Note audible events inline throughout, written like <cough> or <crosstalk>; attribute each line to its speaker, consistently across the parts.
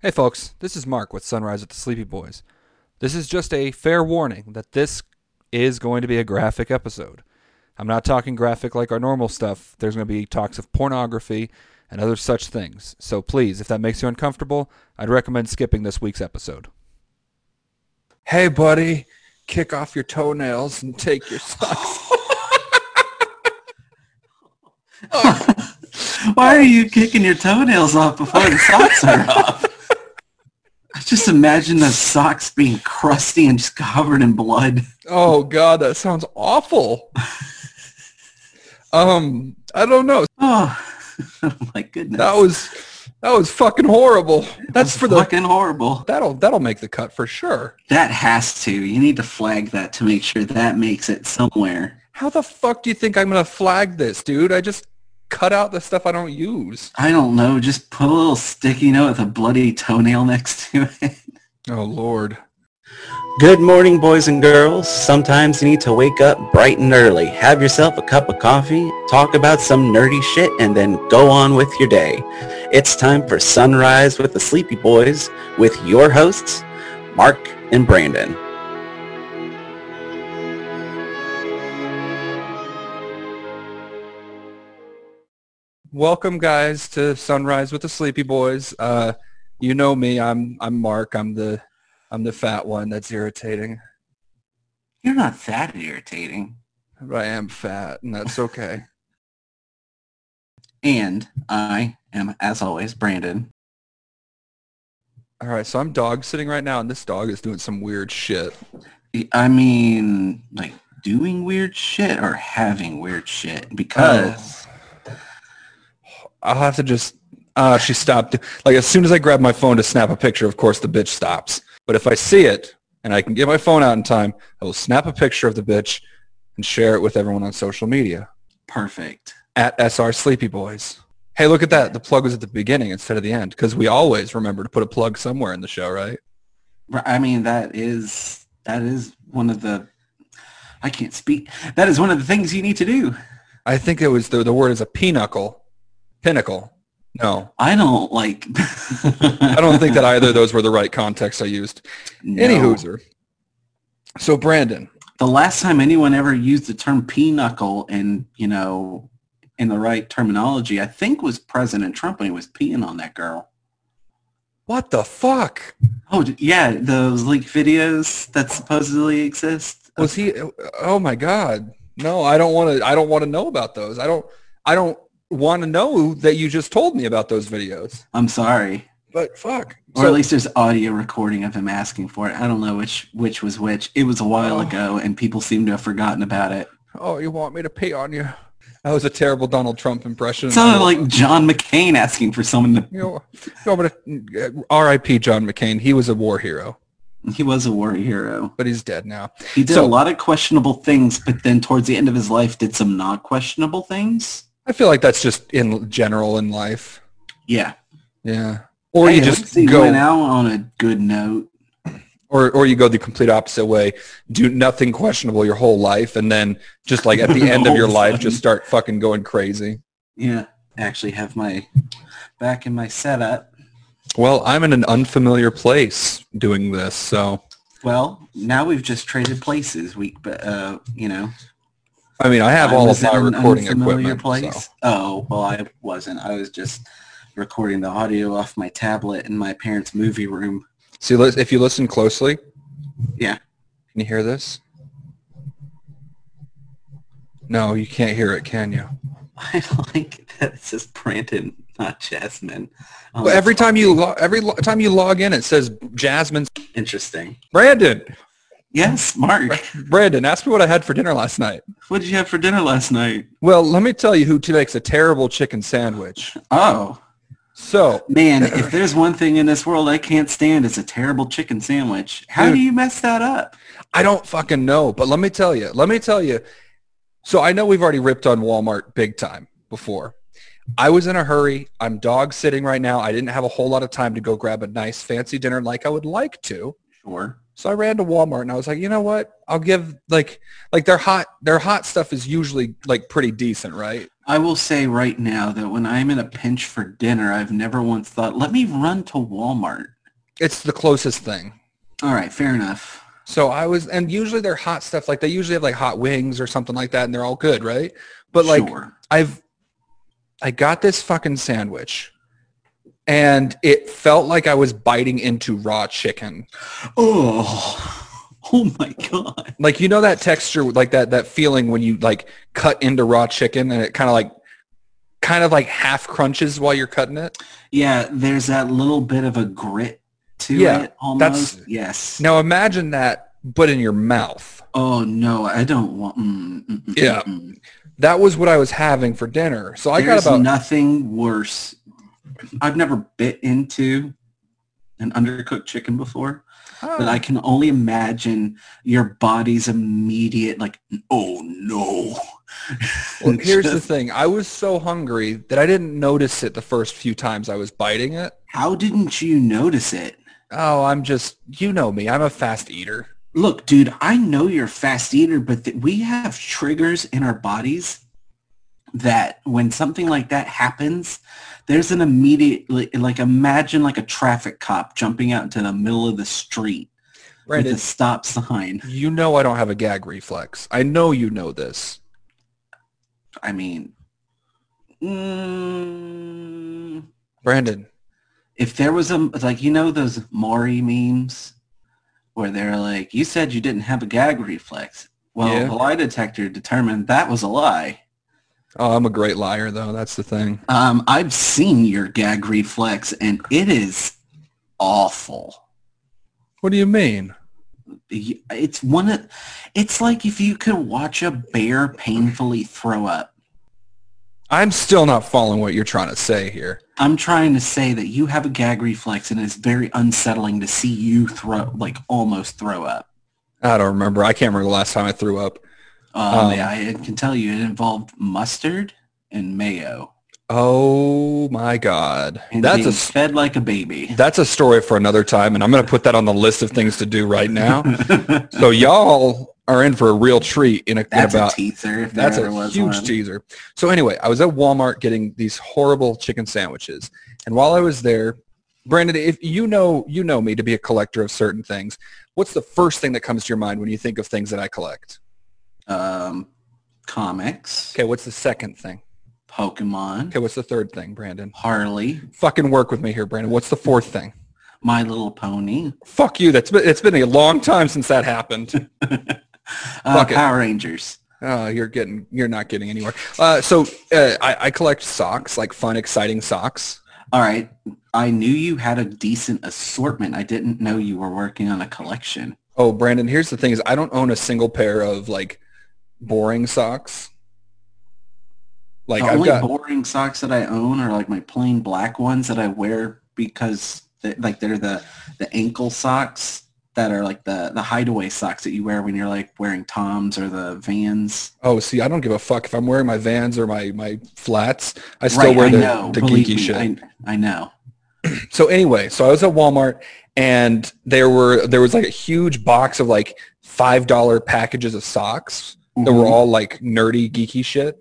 Speaker 1: Hey folks, this is Mark with Sunrise with the Sleepy Boys. This is just a fair warning that this is going to be a graphic episode. I'm not talking graphic like our normal stuff. There's going to be talks of pornography and other such things. So please, if that makes you uncomfortable, I'd recommend skipping this week's episode.
Speaker 2: Hey, buddy, kick off your toenails and take your socks.
Speaker 3: Why are you kicking your toenails off before the socks are off? I just imagine the socks being crusty and just covered in blood.
Speaker 2: oh God, that sounds
Speaker 1: <laughs>
Speaker 2: awful. Um, I don't know.
Speaker 3: Oh, <laughs> my goodness.
Speaker 2: That was that was fucking horrible. That's for the
Speaker 3: fucking horrible.
Speaker 2: that'll that'll make the cut for sure.
Speaker 3: That has to. You need to flag that to make sure that makes it somewhere.
Speaker 2: How the fuck do you think I'm gonna flag this, dude? I just cut out the stuff I don't use.
Speaker 3: I don't know. Just put a little sticky note with a bloody toenail next to it.
Speaker 2: Oh Lord.
Speaker 3: Good morning, boys and girls. Sometimes you need to wake up bright and early, have yourself a cup of coffee, talk about some nerdy shit, and then go on with your day. It's time for Sunrise with the Sleepy Boys with your hosts, Mark and Brandon.
Speaker 2: Welcome, guys, to Sunrise with the Sleepy Boys. Uh, you know me. I'm I'm Mark. I'm the I'm the fat one. That's irritating.
Speaker 3: You're not that irritating.
Speaker 2: But I am fat, and that's <laughs> okay.
Speaker 3: And I am, as always, Brandon.
Speaker 2: All right, so I'm dog sitting right now, and this dog is doing some weird shit.
Speaker 3: I mean, like doing weird shit or having weird shit because
Speaker 2: I'll have to just. Ah, she stopped. Like as soon as I grab my phone to snap a picture, of course the bitch stops. But if I see it and I can get my phone out in time, I will snap a picture of the bitch and share it with everyone on social media
Speaker 3: perfect.
Speaker 2: at SR Sleepy Boys. Hey, look at that. The plug was at the beginning instead of the end because we always remember to put a plug somewhere in the show, right?
Speaker 3: Right, I mean, that is that is one of the. I can't speak. That is one of the things you need to do.
Speaker 2: I think it was the, the word is a pinnacle. Pinnacle. No,
Speaker 3: I don't like. <laughs>
Speaker 2: I don't think that either of those were the right context I used.
Speaker 3: No.
Speaker 2: Any hooser. So Brandon,
Speaker 3: the last time anyone ever used the term pinochle in you know in the right terminology, I think was President Trump when he was peeing on that girl.
Speaker 2: what the fuck?
Speaker 3: Oh d- yeah, those leaked videos that supposedly exist.
Speaker 2: Was he Oh my god. No, I don't want to I don't want to know about those. I don't I don't want to know that you just told me about those videos.
Speaker 3: I'm sorry.
Speaker 2: But fuck.
Speaker 3: Or
Speaker 2: So-
Speaker 3: at least there's audio recording of him asking for it. I don't know which which was which. It was a while
Speaker 2: Oh.
Speaker 3: ago, and people seem to have forgotten about it.
Speaker 2: Oh, you want me to pee on you? That was a terrible Donald Trump impression.
Speaker 3: It sounded like John McCain asking for someone to.
Speaker 2: you know, you want me to- R.I.P. John McCain. He was a war hero,
Speaker 3: He was a war hero.
Speaker 2: but he's dead now.
Speaker 3: He did
Speaker 2: So-
Speaker 3: a lot of questionable things, but then towards the end of his life, did some not questionable things.
Speaker 2: I feel like that's just in general in life.
Speaker 3: Yeah,
Speaker 2: Yeah. Or
Speaker 3: Hey,
Speaker 2: you
Speaker 3: at
Speaker 2: just
Speaker 3: least he
Speaker 2: go
Speaker 3: went out on a good note.
Speaker 2: or or you go the complete opposite way, do nothing questionable your whole life, and then just like at
Speaker 3: <laughs>
Speaker 2: the end of your
Speaker 3: All of a
Speaker 2: life,
Speaker 3: sudden.
Speaker 2: just start fucking going crazy.
Speaker 3: Yeah, I actually have my back in my setup.
Speaker 2: Well, I'm in an unfamiliar place doing this, so
Speaker 3: Well, now we've just traded places. We, but uh, you know,
Speaker 2: I mean, I have
Speaker 3: I
Speaker 2: all
Speaker 3: was
Speaker 2: of my
Speaker 3: in an
Speaker 2: recording
Speaker 3: unfamiliar
Speaker 2: equipment. so.
Speaker 3: Oh well, I wasn't. I was just recording the audio off my tablet in my parents' movie room. <laughs>
Speaker 2: See, lis- if you listen closely,
Speaker 3: Yeah.
Speaker 2: Can you hear this? No, you can't hear it, can you?
Speaker 3: I like that it says Brandon, not Jasmine. Um,
Speaker 2: Well, every time you lo- every lo- time you log in, it says Jasmine's
Speaker 3: interesting.
Speaker 2: Brandon.
Speaker 3: Yes, Mark.
Speaker 2: Brandon, ask me what I had for dinner last night.
Speaker 3: What did you have for dinner last night?
Speaker 2: Well, let me tell you who t- makes a terrible chicken sandwich.
Speaker 3: Oh
Speaker 2: So,
Speaker 3: man, if there's one thing in this world I can't stand, it's a terrible chicken sandwich. How do
Speaker 2: Dude.
Speaker 3: you mess that up?
Speaker 2: I don't fucking know, but let me tell you. Let me tell you. So, I know we've already ripped on Walmart big time before. I was in a hurry. I'm dog sitting right now. I didn't have a whole lot of time to go grab a nice fancy dinner like I would like to.
Speaker 3: Sure.
Speaker 2: So I ran to Walmart and I was like, you know what? I'll give like like their hot their hot stuff is usually like pretty decent, right?
Speaker 3: I will say right now that when I'm in a pinch for dinner, I've never once thought, let me run to Walmart.
Speaker 2: It's the closest thing.
Speaker 3: All right, fair enough.
Speaker 2: So I was, and usually they're hot stuff. Like they usually have like hot wings or something like that, and they're all good, right? But like
Speaker 3: sure.
Speaker 2: I've, I got this fucking sandwich, and it felt like I was biting into raw chicken.
Speaker 3: Oh, <laughs> oh my God.
Speaker 2: Like you know that texture, like that that feeling when you like cut into raw chicken, and it kind of like, kind of like half crunches while you're cutting it.
Speaker 3: Yeah, there's that little bit of a grit to
Speaker 2: Yeah,
Speaker 3: it almost.
Speaker 2: that's-
Speaker 3: yes.
Speaker 2: Now imagine that, but in your mouth.
Speaker 3: Oh no, I don't want. Mm, mm, mm,
Speaker 2: Yeah.
Speaker 3: mm, mm.
Speaker 2: That was what I was having for dinner. So I
Speaker 3: There's
Speaker 2: got about
Speaker 3: nothing worse. I've never bit into an undercooked chicken before, but I can only imagine your body's immediate like, oh no.
Speaker 2: Well, here's the thing. I was so hungry that I didn't notice it the first few times I was biting it.
Speaker 3: How didn't you notice it?
Speaker 2: Oh, I'm just, you know me. I'm a fast eater.
Speaker 3: Look, dude, I know you're a fast eater, but th- we have triggers in our bodies that when something like that happens, there's an immediate, like, like imagine like a traffic cop jumping out into the middle of the street
Speaker 2: Brandon,
Speaker 3: <laughs> with a stop sign.
Speaker 2: you know I don't have a gag reflex. I know you know this.
Speaker 3: I mean, mm,
Speaker 2: Brandon,
Speaker 3: if there was a, like, you know those Maury memes where they're like, you said you didn't have a gag reflex. Well,
Speaker 2: Yeah.
Speaker 3: the lie detector determined that was a lie.
Speaker 2: oh, I'm a great liar, though. That's the thing.
Speaker 3: Um, I've seen your gag reflex, and it is awful.
Speaker 2: What do you mean?
Speaker 3: Y- It's one. Of, it's like if you could watch a bear painfully throw up.
Speaker 2: I'm still not following what you're trying to say here.
Speaker 3: I'm trying to say that you have a gag reflex, and it's very unsettling to see you throw, like almost throw up.
Speaker 2: I don't remember. I can't remember the last time I threw up.
Speaker 3: Um,
Speaker 2: Um,
Speaker 3: yeah, I can tell you, it involved mustard and mayo,
Speaker 2: Oh my God.
Speaker 3: and
Speaker 2: That's
Speaker 3: being
Speaker 2: a
Speaker 3: fed like a baby.
Speaker 2: That's a story for another time, and I'm going to put that on the list of things to do right
Speaker 3: <laughs>
Speaker 2: now. so y'all are in for a real treat in, a, in
Speaker 3: That's
Speaker 2: about.
Speaker 3: a teaser. If
Speaker 2: that's
Speaker 3: there ever
Speaker 2: a
Speaker 3: was
Speaker 2: huge
Speaker 3: one.
Speaker 2: teaser. So anyway, I was at Walmart getting these horrible chicken sandwiches, and while I was there, Brandon, if you know you know me to be a collector of certain things, what's the first thing that comes to your mind when you think of things that I collect?
Speaker 3: Um, comics,
Speaker 2: Okay, what's the second thing?
Speaker 3: Pokemon.
Speaker 2: Okay, what's the third thing, Brandon?
Speaker 3: Harley,
Speaker 2: Fucking work with me here, Brandon. What's the fourth thing?
Speaker 3: My Little Pony,
Speaker 2: Fuck you. That's been, it's been a long time since that happened.
Speaker 3: uh,
Speaker 2: Fuck it.
Speaker 3: Power Rangers.
Speaker 2: Uh, you're getting, you're not getting anywhere. Uh, so uh, I, I collect socks, like fun, exciting socks.
Speaker 3: All right, I knew you had a decent assortment. I didn't know you were working on a collection.
Speaker 2: Oh, Brandon, here's the thing: is I don't own a single pair of like boring socks. Like
Speaker 3: the
Speaker 2: I've
Speaker 3: Oh, only
Speaker 2: got,
Speaker 3: boring socks that I own are like my plain black ones that I wear because they, like they're the the ankle socks that are like the the hideaway socks that you wear when you're like wearing Toms or the Vans.
Speaker 2: oh, see, I don't give a fuck if I'm wearing my Vans or my my flats. I still
Speaker 3: right,
Speaker 2: wear
Speaker 3: I
Speaker 2: the,
Speaker 3: know.
Speaker 2: the
Speaker 3: believe
Speaker 2: geeky
Speaker 3: me,
Speaker 2: shit.
Speaker 3: I, I know.
Speaker 2: so anyway, so I was at Walmart and there were there was like a huge box of like five dollar packages of socks that were
Speaker 3: Mhm.
Speaker 2: all like nerdy, geeky shit.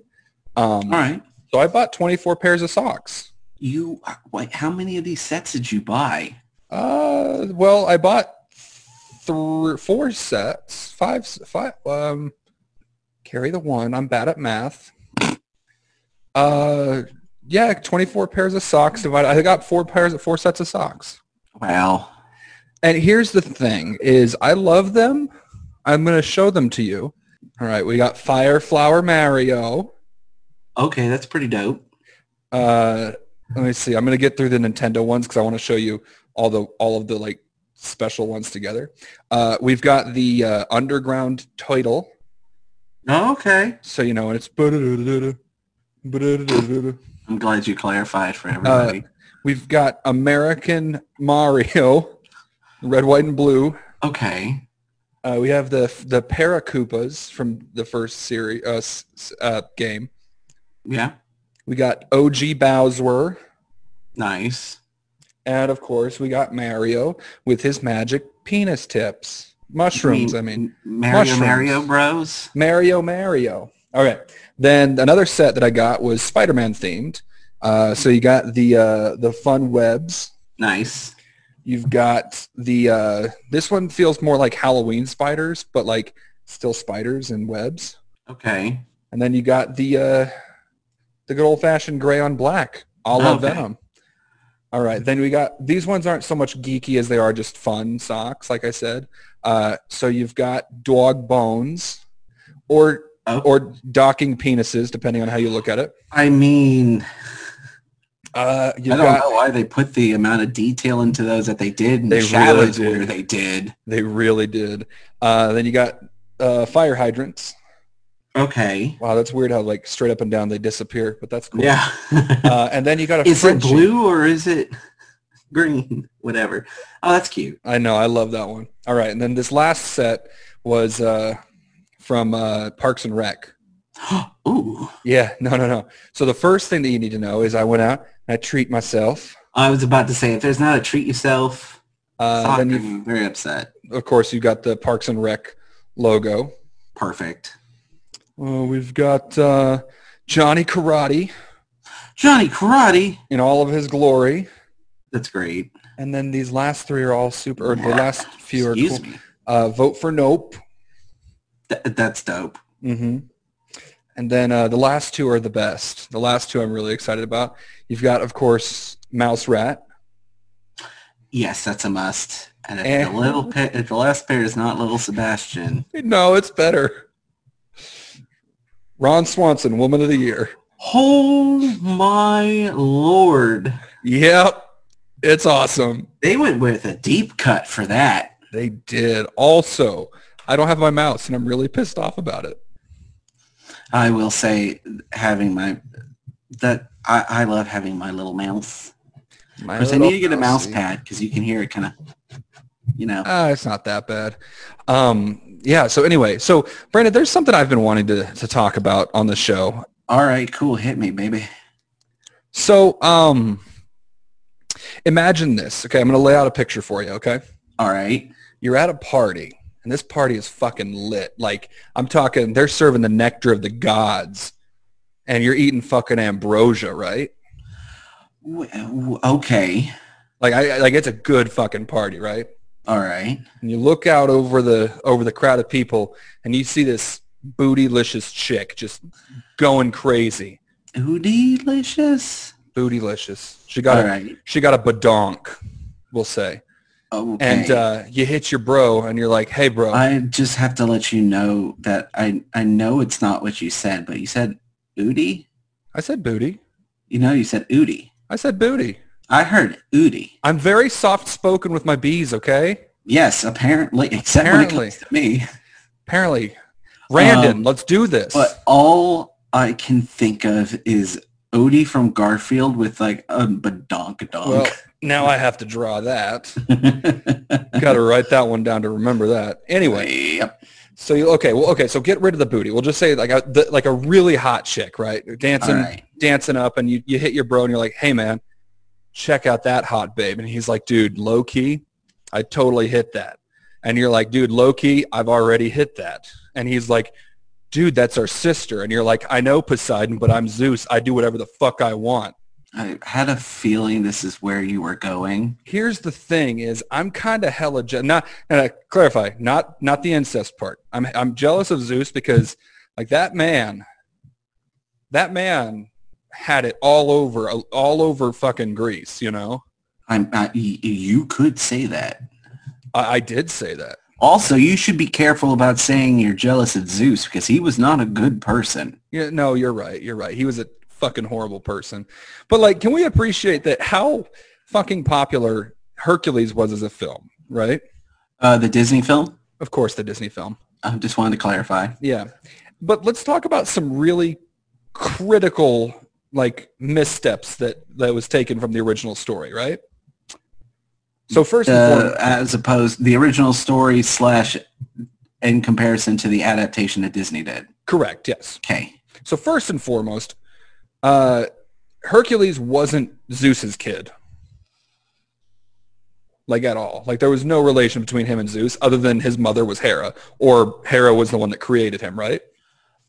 Speaker 2: Um,
Speaker 3: all right.
Speaker 2: So I bought 24 pairs of socks.
Speaker 3: You uh, wait, how many of these sets did you buy?
Speaker 2: Uh, well, I bought three, four sets, five, s- five. Um, carry the one. I'm bad at math. Uh, yeah, 24 pairs of socks divided. I got four pairs of four sets of socks.
Speaker 3: Wow.
Speaker 2: And here's the thing: is I love them. I'm gonna show them to you. All right, we got Fire Flower Mario.
Speaker 3: Okay, that's pretty dope.
Speaker 2: Uh, let me see. I'm gonna get through the Nintendo ones because I want to show you all the all of the like special ones together. Uh, we've got the uh, underground title,
Speaker 3: Oh, okay.
Speaker 2: so you know, and it's
Speaker 3: I'm glad you clarified for everybody.
Speaker 2: Uh, we've got American Mario, <laughs> red, white, and blue.
Speaker 3: okay.
Speaker 2: Uh, we have the the Paracoopas from the first series uh, s- s- uh, game.
Speaker 3: Yeah.
Speaker 2: We got OG Bowser,
Speaker 3: Nice.
Speaker 2: and of course we got Mario with his magic penis tips, mushrooms. I mean
Speaker 3: Mario
Speaker 2: mushrooms.
Speaker 3: Mario Bros.
Speaker 2: Mario Mario. Okay. Then another set that I got was Spider-Man themed. Uh, so you got the uh, the fun webs.
Speaker 3: Nice.
Speaker 2: You've got the uh, this one feels more like Halloween spiders, but like still spiders and webs.
Speaker 3: Okay.
Speaker 2: And then you got the uh, the good old fashioned gray on black, a la
Speaker 3: Okay.
Speaker 2: Venom. All right, then we got these ones aren't so much geeky as they are just fun socks, like I said. Uh, so you've got dog bones, or
Speaker 3: Oh.
Speaker 2: or docking penises, depending on how you look at it.
Speaker 3: I mean,
Speaker 2: Uh, you've
Speaker 3: I don't
Speaker 2: got
Speaker 3: know why they put the amount of detail into those that they did and the
Speaker 2: They really
Speaker 3: shadows
Speaker 2: did.
Speaker 3: where they did.
Speaker 2: they really did. Uh, then you got uh, fire hydrants.
Speaker 3: Okay.
Speaker 2: Wow, that's weird how like straight up and down they disappear, but that's cool.
Speaker 3: Yeah.
Speaker 2: Uh, and then you got a
Speaker 3: <laughs> is it
Speaker 2: Frenchie.
Speaker 3: blue or is it <laughs> green? Whatever. Oh, that's cute.
Speaker 2: I know. I love that one. All right. And then this last set was uh, from uh, Parks and Rec.
Speaker 3: Ooh.
Speaker 2: Yeah. <laughs> No, no, no. So the first thing that you need to know is I went out and I treat myself.
Speaker 3: I was about to say, if there's not a treat yourself,
Speaker 2: Uh,
Speaker 3: sock,
Speaker 2: then, you,
Speaker 3: I'm very upset.
Speaker 2: of course, you got the Parks and Rec logo.
Speaker 3: Perfect.
Speaker 2: Uh, we've got uh, Johnny Karate
Speaker 3: Johnny Karate.
Speaker 2: in all of his glory.
Speaker 3: That's great.
Speaker 2: And then these last three are all super, or the last few are
Speaker 3: Excuse
Speaker 2: cool.
Speaker 3: me.
Speaker 2: Uh, vote for Nope.
Speaker 3: Th- that's dope.
Speaker 2: Mm-hmm. And then uh, the last two are the best. The last two I'm really excited about. You've got, of course, Mouse Rat.
Speaker 3: Yes, that's a must. And if
Speaker 2: Eh.
Speaker 3: the little pa- if the last pair is not little Sebastian,
Speaker 2: No, it's better. Ron Swanson, Woman of the Year.
Speaker 3: oh my lord,
Speaker 2: Yep, it's awesome.
Speaker 3: they went with a deep cut for that.
Speaker 2: They did. Also, I don't have my mouse, and I'm really pissed off about it.
Speaker 3: I will say, having my that I, I love having my little mouse. Of course, I need to get a mouse pad because you can hear it kind of, you know.
Speaker 2: Ah, it's not that bad. Um, yeah. So anyway, so Brandon, there's something I've been wanting to to talk about on the show,
Speaker 3: All right, cool, hit me, baby.
Speaker 2: So, um, imagine this. Okay, I'm going to lay out a picture for you. Okay,
Speaker 3: All right,
Speaker 2: you're at a party, and this party is fucking lit. Like I'm talking, they're serving the nectar of the gods, and you're eating fucking ambrosia, right?
Speaker 3: W- w- okay,
Speaker 2: Like I I- like it's a good fucking party, right?
Speaker 3: all right.
Speaker 2: And you look out over the over the crowd of people, and you see this bootylicious chick just going crazy.
Speaker 3: Ooh, delicious.
Speaker 2: Bootylicious. She got
Speaker 3: All
Speaker 2: a,
Speaker 3: right,
Speaker 2: she got a badonk, we'll say.
Speaker 3: okay.
Speaker 2: and uh, you hit your bro and you're like, hey, bro.
Speaker 3: I just have to let you know that I I know it's not what you said, but you said Udi.
Speaker 2: I said booty.
Speaker 3: You know, you said Udi.
Speaker 2: I said booty.
Speaker 3: I heard Udi.
Speaker 2: I'm very soft-spoken with my bees, okay?
Speaker 3: Yes, apparently, <laughs> except when
Speaker 2: Apparently.
Speaker 3: it comes to me.
Speaker 2: Apparently. Randon,
Speaker 3: Um,
Speaker 2: let's do this.
Speaker 3: But all I can think of is Odie from Garfield with like a badonk
Speaker 2: well,
Speaker 3: donk.
Speaker 2: now I have to draw that.
Speaker 3: <laughs>
Speaker 2: Got to write that one down to remember that. Anyway,
Speaker 3: yep.
Speaker 2: so you okay? Well, okay. So get rid of the booty. We'll just say like a the, like a really hot chick, right?
Speaker 3: All
Speaker 2: Dancing,
Speaker 3: right.
Speaker 2: dancing up, and you you hit your bro, and you're like, hey man, check out that hot babe, and he's like, dude, low key, I totally hit that, and you're like, dude, low key, I've already hit that, and he's like, dude, that's our sister, and you're like, I know Poseidon, but I'm Zeus, I do whatever the fuck I want.
Speaker 3: I had a feeling this is where you were going.
Speaker 2: Here's the thing: is I'm kind of hella je- not, and I clarify, not not the incest part. I'm I'm jealous of Zeus because like that man, that man had it all over all over fucking Greece, you know.
Speaker 3: I'm. I, y- you could say that.
Speaker 2: I, I did say that.
Speaker 3: Also, you should be careful about saying you're jealous of Zeus because he was not a good person.
Speaker 2: Yeah, no, you're right. You're right. He was a fucking horrible person. But like, can we appreciate that how fucking popular Hercules was as a film, right?
Speaker 3: Uh, the Disney film?
Speaker 2: Of course, the Disney film.
Speaker 3: I just wanted to clarify.
Speaker 2: Yeah. But let's talk about some really critical like missteps that that was taken from the original story, right? So first and
Speaker 3: Uh,
Speaker 2: foremost,
Speaker 3: as opposed the original story slash in comparison to the adaptation that Disney did.
Speaker 2: correct, yes.
Speaker 3: Okay.
Speaker 2: So first and foremost, uh, Hercules wasn't Zeus's kid, like at all. Like there was no relation between him and Zeus, other than his mother was Hera, or Hera was the one that created him, right?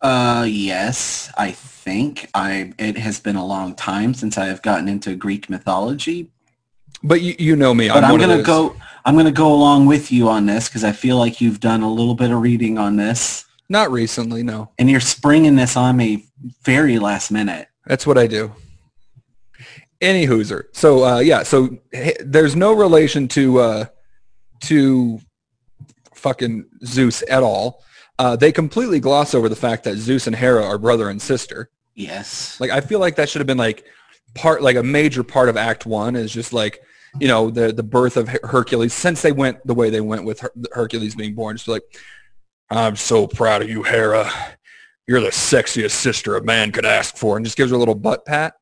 Speaker 3: Uh, yes, I think I. It has been a long time since I have gotten into Greek mythology,
Speaker 2: But you, you know me.
Speaker 3: but I'm,
Speaker 2: one of
Speaker 3: gonna
Speaker 2: those-
Speaker 3: go. I'm gonna go along with you on this because I feel like you've done a little bit of reading on this,
Speaker 2: Not recently, no.
Speaker 3: and you're springing this on me very last minute.
Speaker 2: That's what I do. Any hooser. So uh, yeah. So h- there's no relation to uh, to fucking Zeus at all. Uh, they completely gloss over the fact that Zeus and Hera are brother and sister.
Speaker 3: Yes.
Speaker 2: Like I feel like that should have been like part, like a major part of Act One is just like you know the the birth of Her- Hercules. Since they went the way they went with Her- Hercules being born, just like I'm so proud of you, Hera. You're the sexiest sister a man could ask for, and just gives her a little butt pat.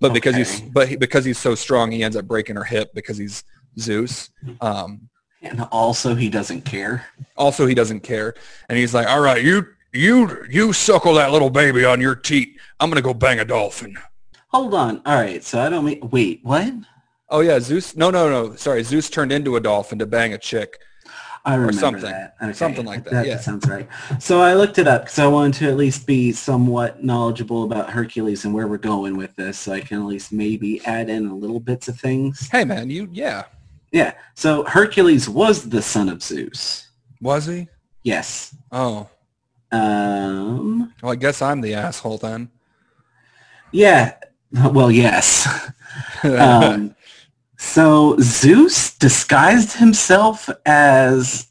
Speaker 2: But because he's
Speaker 3: Okay.
Speaker 2: but he, because he's so strong, he ends up breaking her hip because he's Zeus. Um,
Speaker 3: And also, he doesn't care.
Speaker 2: also, he doesn't care, and he's like, "All right, you you you suckle that little baby on your teat. I'm gonna go bang a dolphin."
Speaker 3: Hold on. All right. So I don't mean. Wait. What?
Speaker 2: Oh yeah, Zeus. No, no, no. Sorry, Zeus turned into a dolphin to bang a chick.
Speaker 3: I remember
Speaker 2: something.
Speaker 3: that. Okay,
Speaker 2: Something like that, yeah.
Speaker 3: sounds right. So I looked it up because I wanted to at least be somewhat knowledgeable about Hercules and where we're going with this, so I can at least maybe add in a little bits of things.
Speaker 2: Hey man, you yeah.
Speaker 3: Yeah. So Hercules was the son of Zeus.
Speaker 2: Was he?
Speaker 3: Yes.
Speaker 2: Oh,
Speaker 3: Um.
Speaker 2: well, I guess I'm the asshole then. <laughs>
Speaker 3: Yeah. Well, yes. <laughs> Um, so Zeus disguised himself as.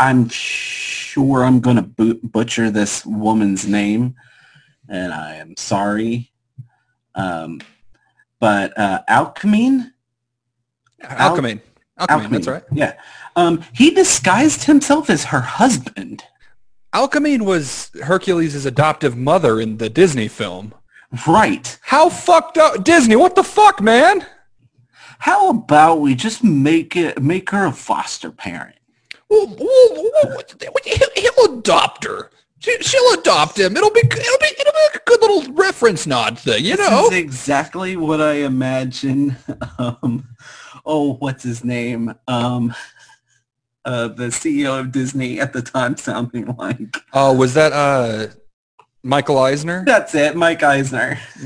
Speaker 3: I'm sure I'm going to bu- butcher this woman's name, and I am sorry. Um, but uh, Alcmene?
Speaker 2: Alchemy. Alchemy. That's right.
Speaker 3: Yeah. Um, he disguised himself as her husband.
Speaker 2: Alchemy was Hercules' adoptive mother in the Disney film.
Speaker 3: Right.
Speaker 2: How fucked up Disney? What the fuck, man?
Speaker 3: How about we just make it make her a foster parent?
Speaker 2: Well, well, well, he'll- He'll adopt her. She- She'll adopt him. It'll be it'll be it'll be a good little reference nod thing, you
Speaker 3: This
Speaker 2: know.
Speaker 3: is exactly what I imagine. <laughs> Um, oh, what's his name? Um, uh, the CEO of Disney at the time sounding like.
Speaker 2: Oh, was that uh, Michael Eisner?
Speaker 3: That's it, Mike Eisner.
Speaker 2: <laughs>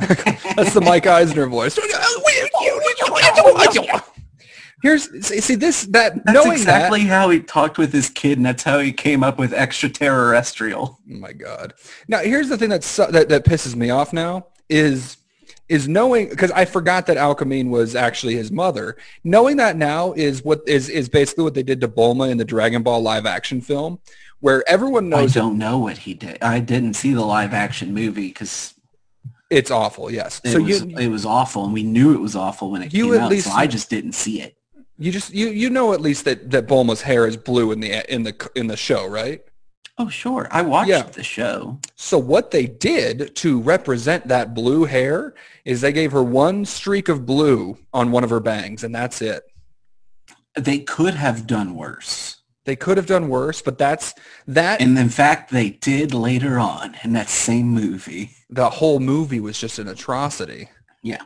Speaker 2: That's the Mike Eisner voice. Here's see see, this that
Speaker 3: That's
Speaker 2: knowing
Speaker 3: exactly how he talked with his kid, and that's how he came up with extraterrestrial.
Speaker 2: that. Oh my God. Now here's the thing that su- that that pisses me off now is is knowing because I forgot that Alchemine was actually his mother. Knowing that now is what is is basically what they did to Bulma in the Dragon Ball live action film, where everyone
Speaker 3: I
Speaker 2: knows
Speaker 3: don't know what he did. I didn't see the live action movie because
Speaker 2: it's awful. Yes.
Speaker 3: it
Speaker 2: so
Speaker 3: was
Speaker 2: you
Speaker 3: it was awful, and we knew it was awful when it
Speaker 2: You
Speaker 3: came
Speaker 2: at
Speaker 3: out.
Speaker 2: least-
Speaker 3: so I just didn't see it.
Speaker 2: you just you you know at least that that Bulma's hair is blue in the in the in the show, right?
Speaker 3: Oh, sure, I watched
Speaker 2: Yeah.
Speaker 3: the show.
Speaker 2: So what they did to represent that blue hair is they gave her one streak of blue on one of her bangs, and that's it.
Speaker 3: they could have done worse.
Speaker 2: They could have done worse, but that's that.
Speaker 3: And in fact, they did later on in that same movie.
Speaker 2: the whole movie was just an atrocity.
Speaker 3: Yeah.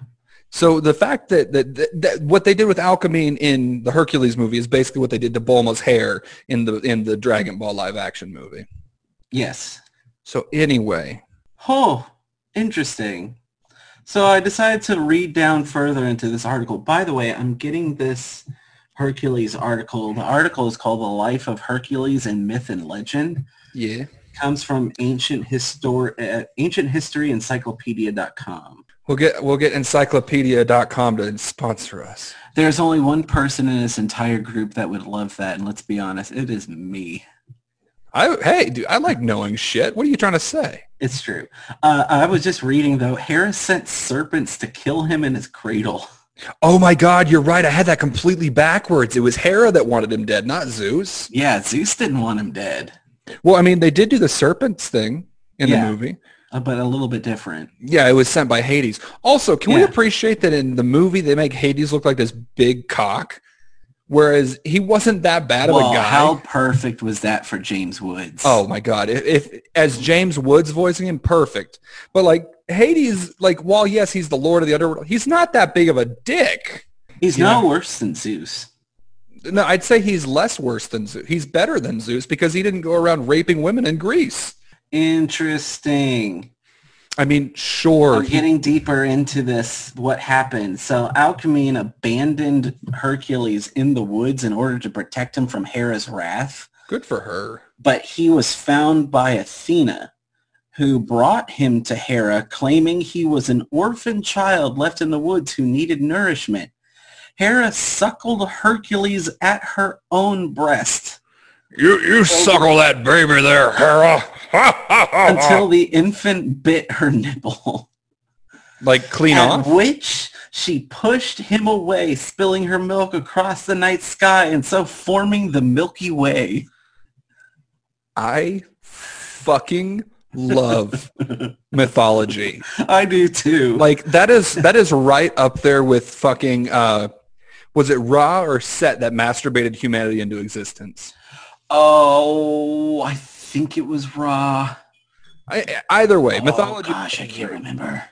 Speaker 2: So the fact that that, that, that what they did with Alchemine in the Hercules movie is basically what they did to Bulma's hair in the in the Dragon Ball live action movie.
Speaker 3: Yes.
Speaker 2: So anyway,
Speaker 3: Oh, interesting. So I decided to read down further into this article. By the way, I'm getting this Hercules article. The article is called The Life of Hercules in Myth and Legend.
Speaker 2: yeah.
Speaker 3: comes from ancient, histor- uh, ancient history encyclopedia.com.
Speaker 2: We'll get we'll get encyclopedia.com to sponsor us.
Speaker 3: There's only one person in this entire group that would love that, and let's be honest, it is me.
Speaker 2: I hey, dude, I like knowing shit. What are you trying to say?
Speaker 3: It's true. Uh, I was just reading though. Hera sent serpents to kill him in his cradle.
Speaker 2: Oh my God, you're right. I had that completely backwards. It was Hera that wanted him dead, not Zeus.
Speaker 3: Yeah, Zeus didn't want him dead,
Speaker 2: Well, I mean, they did do the serpents thing in
Speaker 3: Yeah.
Speaker 2: the movie.
Speaker 3: uh, but a little bit different.
Speaker 2: Yeah, it was sent by Hades. Also, can we
Speaker 3: Yeah.
Speaker 2: appreciate that in the movie they make Hades look like this big cock, whereas he wasn't that bad of
Speaker 3: Well,
Speaker 2: a guy.
Speaker 3: how perfect was that for James Woods?
Speaker 2: Oh my God! If, if as James Woods voicing him, perfect. But like Hades, like while yes, he's the Lord of the Underworld, he's not that big of a dick.
Speaker 3: he's
Speaker 2: yeah.
Speaker 3: no worse than Zeus.
Speaker 2: No, I'd say he's less worse than Zeus. He's better than Zeus because he didn't go around raping women in Greece.
Speaker 3: Interesting.
Speaker 2: I mean, sure.
Speaker 3: We're
Speaker 2: he-
Speaker 3: getting deeper into this, what happened. So Alchemine abandoned Hercules in the woods in order to protect him from Hera's wrath,
Speaker 2: good for her.
Speaker 3: but he was found by Athena, who brought him to Hera, claiming he was an orphan child left in the woods who needed nourishment. Hera suckled Hercules at her own breast
Speaker 2: You you suckle that baby there, Hera. <laughs> Oh,
Speaker 3: until the infant bit her nipple.
Speaker 2: like clean
Speaker 3: at
Speaker 2: off.
Speaker 3: which she pushed him away, spilling her milk across the night sky and so forming the Milky Way.
Speaker 2: I fucking
Speaker 3: <laughs>
Speaker 2: love mythology.
Speaker 3: I do too.
Speaker 2: Like that is that is right up there with fucking uh was it Ra or Set that masturbated humanity into existence?
Speaker 3: oh, I think it was Ra.
Speaker 2: I, I- either way, mythology.
Speaker 3: Oh, gosh, I can't remember.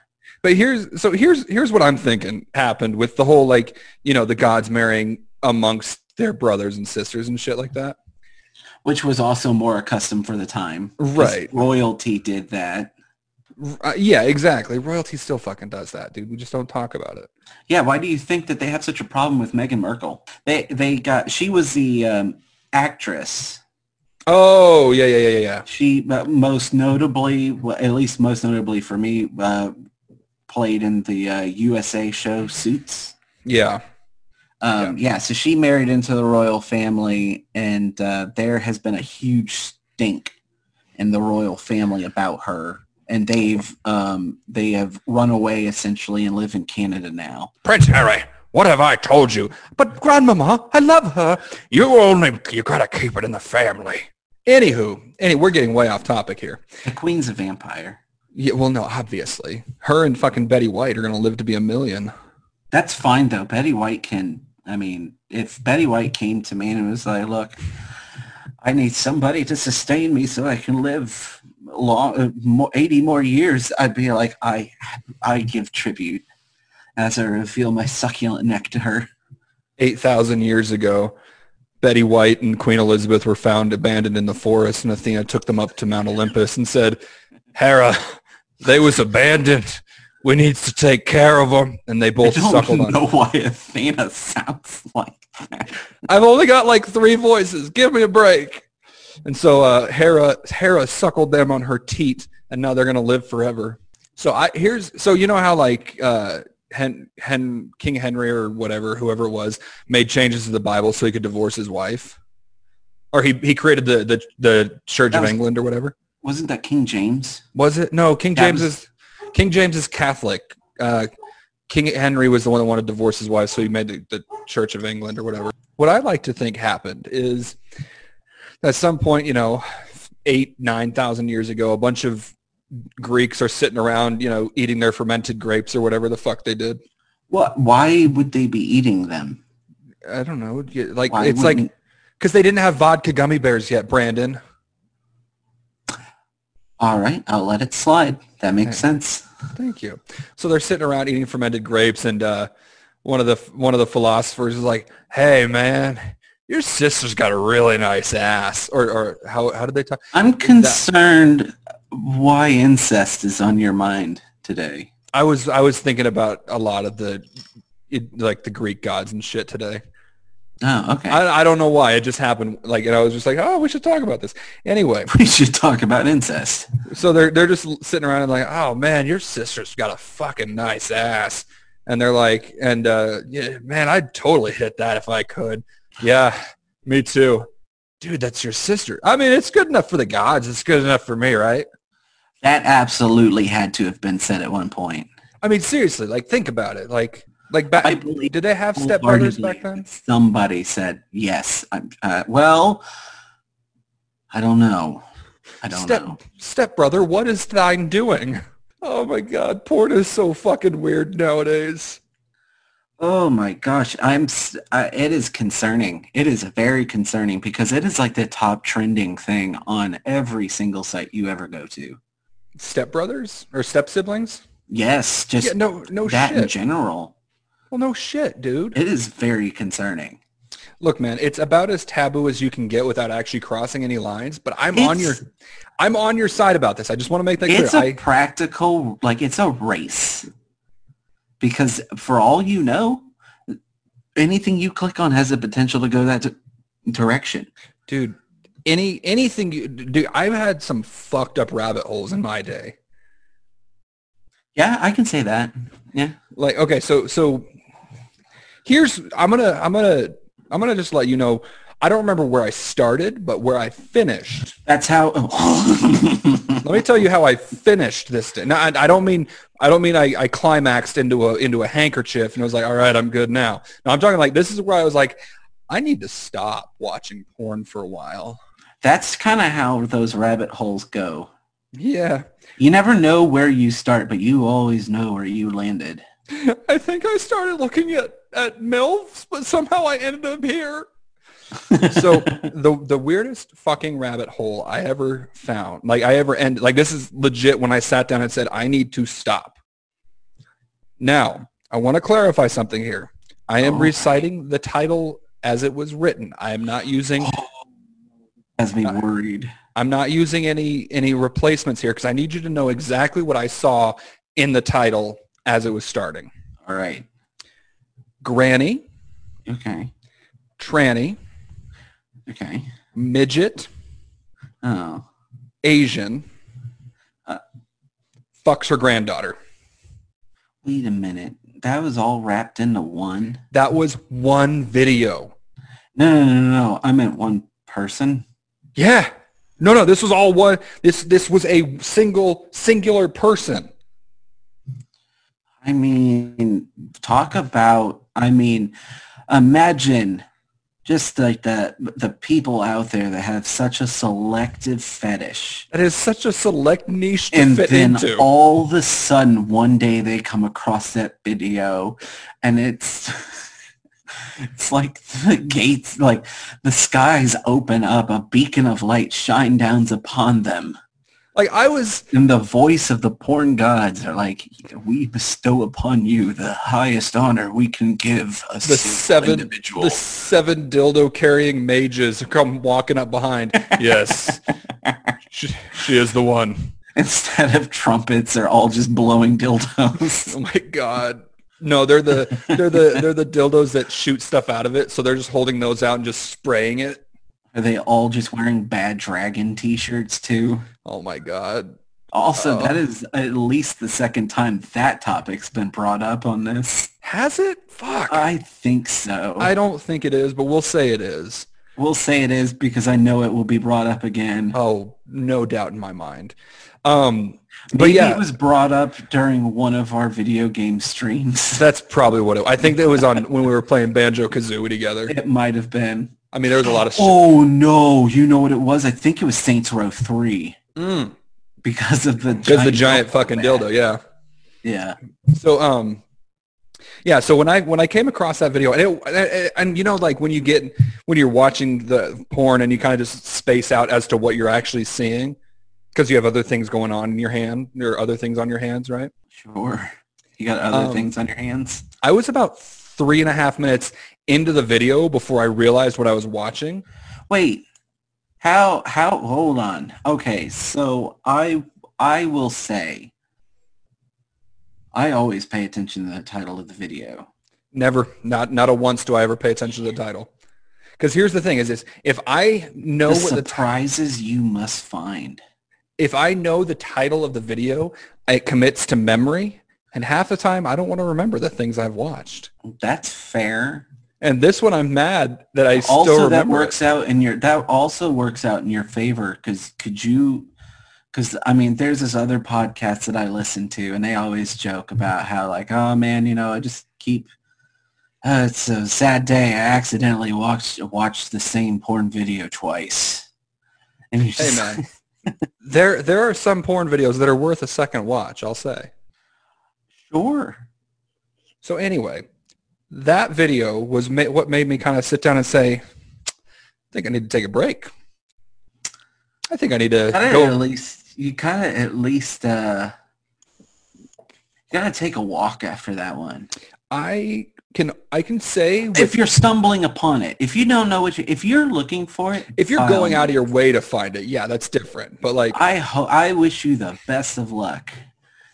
Speaker 2: But here's so here's here's what I'm thinking happened with the whole like you know the gods marrying amongst their brothers and sisters and shit like that.
Speaker 3: Which was also more accustomed for the time. 'Cause
Speaker 2: Right.
Speaker 3: Royalty did that.
Speaker 2: Uh, yeah, exactly. Royalty still fucking does that, dude. We just don't talk about it.
Speaker 3: Yeah, why do you think that they have such a problem with Meghan Merkel? They they got she was the um, actress
Speaker 2: Oh yeah yeah yeah yeah, yeah.
Speaker 3: She uh, most notably, well, at least most notably for me, uh, played in the uh, USA show Suits.
Speaker 2: Yeah.
Speaker 3: Um, yeah. so she married into the royal family, and uh, there has been a huge stink in the royal family about her, and they've um, they have run away essentially and live in Canada now.
Speaker 2: Prince Harry, what have I told you? But Grandmama, I love her. You only you gotta keep it in the family. Anywho, any we're getting way off topic here.
Speaker 3: The queen's a vampire.
Speaker 2: Yeah, well, no, obviously, her and fucking Betty White are gonna live to be a million.
Speaker 3: That's fine though. Betty White can. I mean, if Betty White came to me and was like, "Look, I need somebody to sustain me so I can live long, uh, more, eighty more years," I'd be like, "I, I give tribute as I reveal my succulent neck to her."
Speaker 2: Eight thousand years ago, Betty White and Queen Elizabeth were found abandoned in the forest, and Athena took them up to Mount Olympus and said, "Hera, they was abandoned. We needs to take care of them." And they both
Speaker 3: I don't
Speaker 2: suckled on.
Speaker 3: know why Athena <laughs> sounds like that.
Speaker 2: I've only got like three voices. Give me a break. And so uh, Hera Hera suckled them on her teat, and now they're gonna live forever. So I here's so you know how like uh, Hen, Hen King Henry or whatever whoever it was made changes to the Bible so he could divorce his wife, or he he created the the, the Church
Speaker 3: That
Speaker 2: of
Speaker 3: was-
Speaker 2: England or whatever.
Speaker 3: Wasn't that King James?
Speaker 2: Was it no King
Speaker 3: That
Speaker 2: James
Speaker 3: was-
Speaker 2: is King James is Catholic. Uh, King Henry was the one that wanted to divorce his wife, so he made the, the Church of England or whatever. What I like to think happened is at some point, you know, eight nine thousand years ago, a bunch of Greeks are sitting around, you know, eating their fermented grapes or whatever the fuck they did.
Speaker 3: What? Why would they be eating them?
Speaker 2: I don't know. yeah, Like
Speaker 3: Why
Speaker 2: it's like
Speaker 3: wouldn't-
Speaker 2: because they didn't have vodka gummy bears yet, Brandon.
Speaker 3: All right, I'll let it slide. That makes sense.
Speaker 2: Thank you. So they're sitting around eating fermented grapes, and uh, one of the one of the philosophers is like, "Hey, man, your sister's got a really nice ass." Or, or how how did they talk?
Speaker 3: I'm concerned why incest is on your mind today.
Speaker 2: I was I was thinking about a lot of the it- like the Greek gods and shit today.
Speaker 3: Oh, okay.
Speaker 2: I, I don't know why it just happened. Like, and I was just like, "Oh, we should talk about this." Anyway,
Speaker 3: <laughs> we should talk about incest.
Speaker 2: so they're they're just sitting around and like, oh man, your sister's got a fucking nice ass, and they're like, and uh, yeah, man, I'd totally hit that if I could. Yeah, me too, dude. That's your sister. I mean, it's good enough for the gods. It's good enough for me, right?
Speaker 3: That absolutely had to have been said at one point.
Speaker 2: I mean, seriously, like think about it. Like, like back,
Speaker 3: I believe
Speaker 2: did they have stepbrothers back
Speaker 3: wholeheartedly
Speaker 2: then?
Speaker 3: that Somebody said yes. I'm, uh, well, I don't know. I don't
Speaker 2: Step
Speaker 3: know.
Speaker 2: stepbrother, what is thine doing? Oh my god, porn is so fucking weird nowadays.
Speaker 3: Oh my gosh, I'm. s- I, it is concerning. It is very concerning because it is like the top trending thing on every single site you ever go to.
Speaker 2: Stepbrothers or step siblings?
Speaker 3: Yes, just
Speaker 2: Yeah, no, no
Speaker 3: that in
Speaker 2: Oh, shit.
Speaker 3: general.
Speaker 2: Well, no shit, dude.
Speaker 3: It is very concerning.
Speaker 2: Look, man, it's about as taboo as you can get without actually crossing any lines. But I'm on your,
Speaker 3: It's-
Speaker 2: I'm on your side about this. I just want to make that clear.
Speaker 3: It's a
Speaker 2: I
Speaker 3: practical, like it's a race. Because for all you know, anything you click on has the potential to go that d- direction.
Speaker 2: dude, any anything you, dude, I've had some fucked up rabbit holes in my day.
Speaker 3: Yeah, I can say that. Yeah.
Speaker 2: like okay so so here's i'm gonna i'm gonna i'm gonna just let you know i don't remember where i started but where i finished
Speaker 3: That's how. <laughs> Oh.
Speaker 2: let me tell you how i finished this day. now I, I don't mean i don't mean I, I climaxed into a into a handkerchief and was like all right i'm good now no i'm talking like this is where i was like i need to stop watching porn for a while
Speaker 3: That's kind of how those rabbit holes go.
Speaker 2: yeah
Speaker 3: You never know where you start, but you always know where you landed.
Speaker 2: i think i started looking at at milfs but somehow i ended up here so the the weirdest fucking rabbit hole I ever found, like I ever ended, like this is legit when I sat down and said, I need to stop. Now, I want to clarify something here. I am
Speaker 3: All right.
Speaker 2: reciting the title as it was written. I am not using
Speaker 3: Has me worried.
Speaker 2: I'm not using any any replacements here because I need you to know exactly what I saw in the title as it was starting.
Speaker 3: All right.
Speaker 2: Granny,
Speaker 3: Okay.
Speaker 2: tranny,
Speaker 3: Okay.
Speaker 2: midget,
Speaker 3: Oh.
Speaker 2: Asian,
Speaker 3: Uh.
Speaker 2: fucks her granddaughter.
Speaker 3: Wait a minute. That was all wrapped into one.
Speaker 2: That was one video.
Speaker 3: No, no, no, no, no. I meant one person.
Speaker 2: Yeah. No, no, this was all one. This this was a single singular person.
Speaker 3: I mean, talk about. I mean, imagine just like the the people out there that have such a selective fetish,
Speaker 2: That is such a select niche to
Speaker 3: and
Speaker 2: fit
Speaker 3: then
Speaker 2: into.
Speaker 3: all of a sudden one day they come across that video, and it's. <laughs> It's like the gates, like the skies open up, a beacon of light shine downs upon them.
Speaker 2: like I was
Speaker 3: And the voice of the porn gods are like, we bestow upon you the highest honor we can give a
Speaker 2: the
Speaker 3: single
Speaker 2: seven
Speaker 3: individual.
Speaker 2: the seven dildo carrying mages come walking up behind.
Speaker 3: <laughs>
Speaker 2: yes. She, she is the one.
Speaker 3: <laughs> Instead of trumpets, they're all just blowing
Speaker 2: <laughs>
Speaker 3: dildos.
Speaker 2: Oh my god. No, they're the they're the they're the dildos that shoot stuff out of it. So they're just holding those out and just spraying it.
Speaker 3: are they all just wearing bad dragon t-shirts too?
Speaker 2: Oh my god.
Speaker 3: Also,
Speaker 2: Oh.
Speaker 3: that is at least the second time that topic's been brought up on this.
Speaker 2: Has it? Fuck.
Speaker 3: I think so.
Speaker 2: I don't think it is, but we'll say it is.
Speaker 3: we'll say it is because I know it will be brought up again.
Speaker 2: Oh, no doubt in my mind. Um, but
Speaker 3: Maybe
Speaker 2: yeah,
Speaker 3: it was brought up during one of our video game streams.
Speaker 2: <laughs> that's probably what it. I think that was on <laughs> when we were playing Banjo Kazooie together.
Speaker 3: It might have been.
Speaker 2: I mean, there was a lot of. shit.
Speaker 3: Oh no! You know what it was? I think it was Saints Row Three
Speaker 2: Mm,
Speaker 3: because of the
Speaker 2: because the giant fucking
Speaker 3: man.
Speaker 2: dildo, yeah.
Speaker 3: Yeah,
Speaker 2: So, um, yeah. So when I when I came across that video, and it, and- and you know, like when you get when you're watching the porn and you kind of just space out as to what you're actually seeing, because you have other things going on in your hand. There are other things on your hands, right?
Speaker 3: sure. You got other
Speaker 2: Um,
Speaker 3: things on your hands.
Speaker 2: I was about three and a half minutes into the video before I realized what I was watching.
Speaker 3: Wait, how? How? Hold on. Okay, so I I will say, I always pay attention to the title of the video.
Speaker 2: Never, not not a once do I ever pay attention to the title. Because here's the thing: is this if I know
Speaker 3: The
Speaker 2: what the ti-
Speaker 3: surprises you must find.
Speaker 2: if I know the title of the video, it commits to memory, and half the time I don't want to remember the things I've watched.
Speaker 3: That's fair.
Speaker 2: And this one, I'm mad that I still
Speaker 3: also
Speaker 2: remember.
Speaker 3: that
Speaker 2: it.
Speaker 3: works out in your that also works out in your favor because could you because i mean there's this other podcast that i listen to and they always joke about how like oh man you know i just keep uh, it's a sad day i accidentally watched watched the same porn video twice and you
Speaker 2: Hey
Speaker 3: just
Speaker 2: man, there there are some porn videos that are worth a second watch. I'll say.
Speaker 3: sure
Speaker 2: So anyway, that video was ma- what made me kind of sit down and say, I think I need to take a break. I think I need to
Speaker 3: gotta
Speaker 2: go.
Speaker 3: at least you gotta at least uh you gotta take a walk after that one
Speaker 2: I can I can say with,
Speaker 3: If you're stumbling upon it, if you don't know what you, if you're looking for it,
Speaker 2: if you're going
Speaker 3: um,
Speaker 2: out of your way to find it, yeah, that's different. But like
Speaker 3: I ho- I wish you the best of luck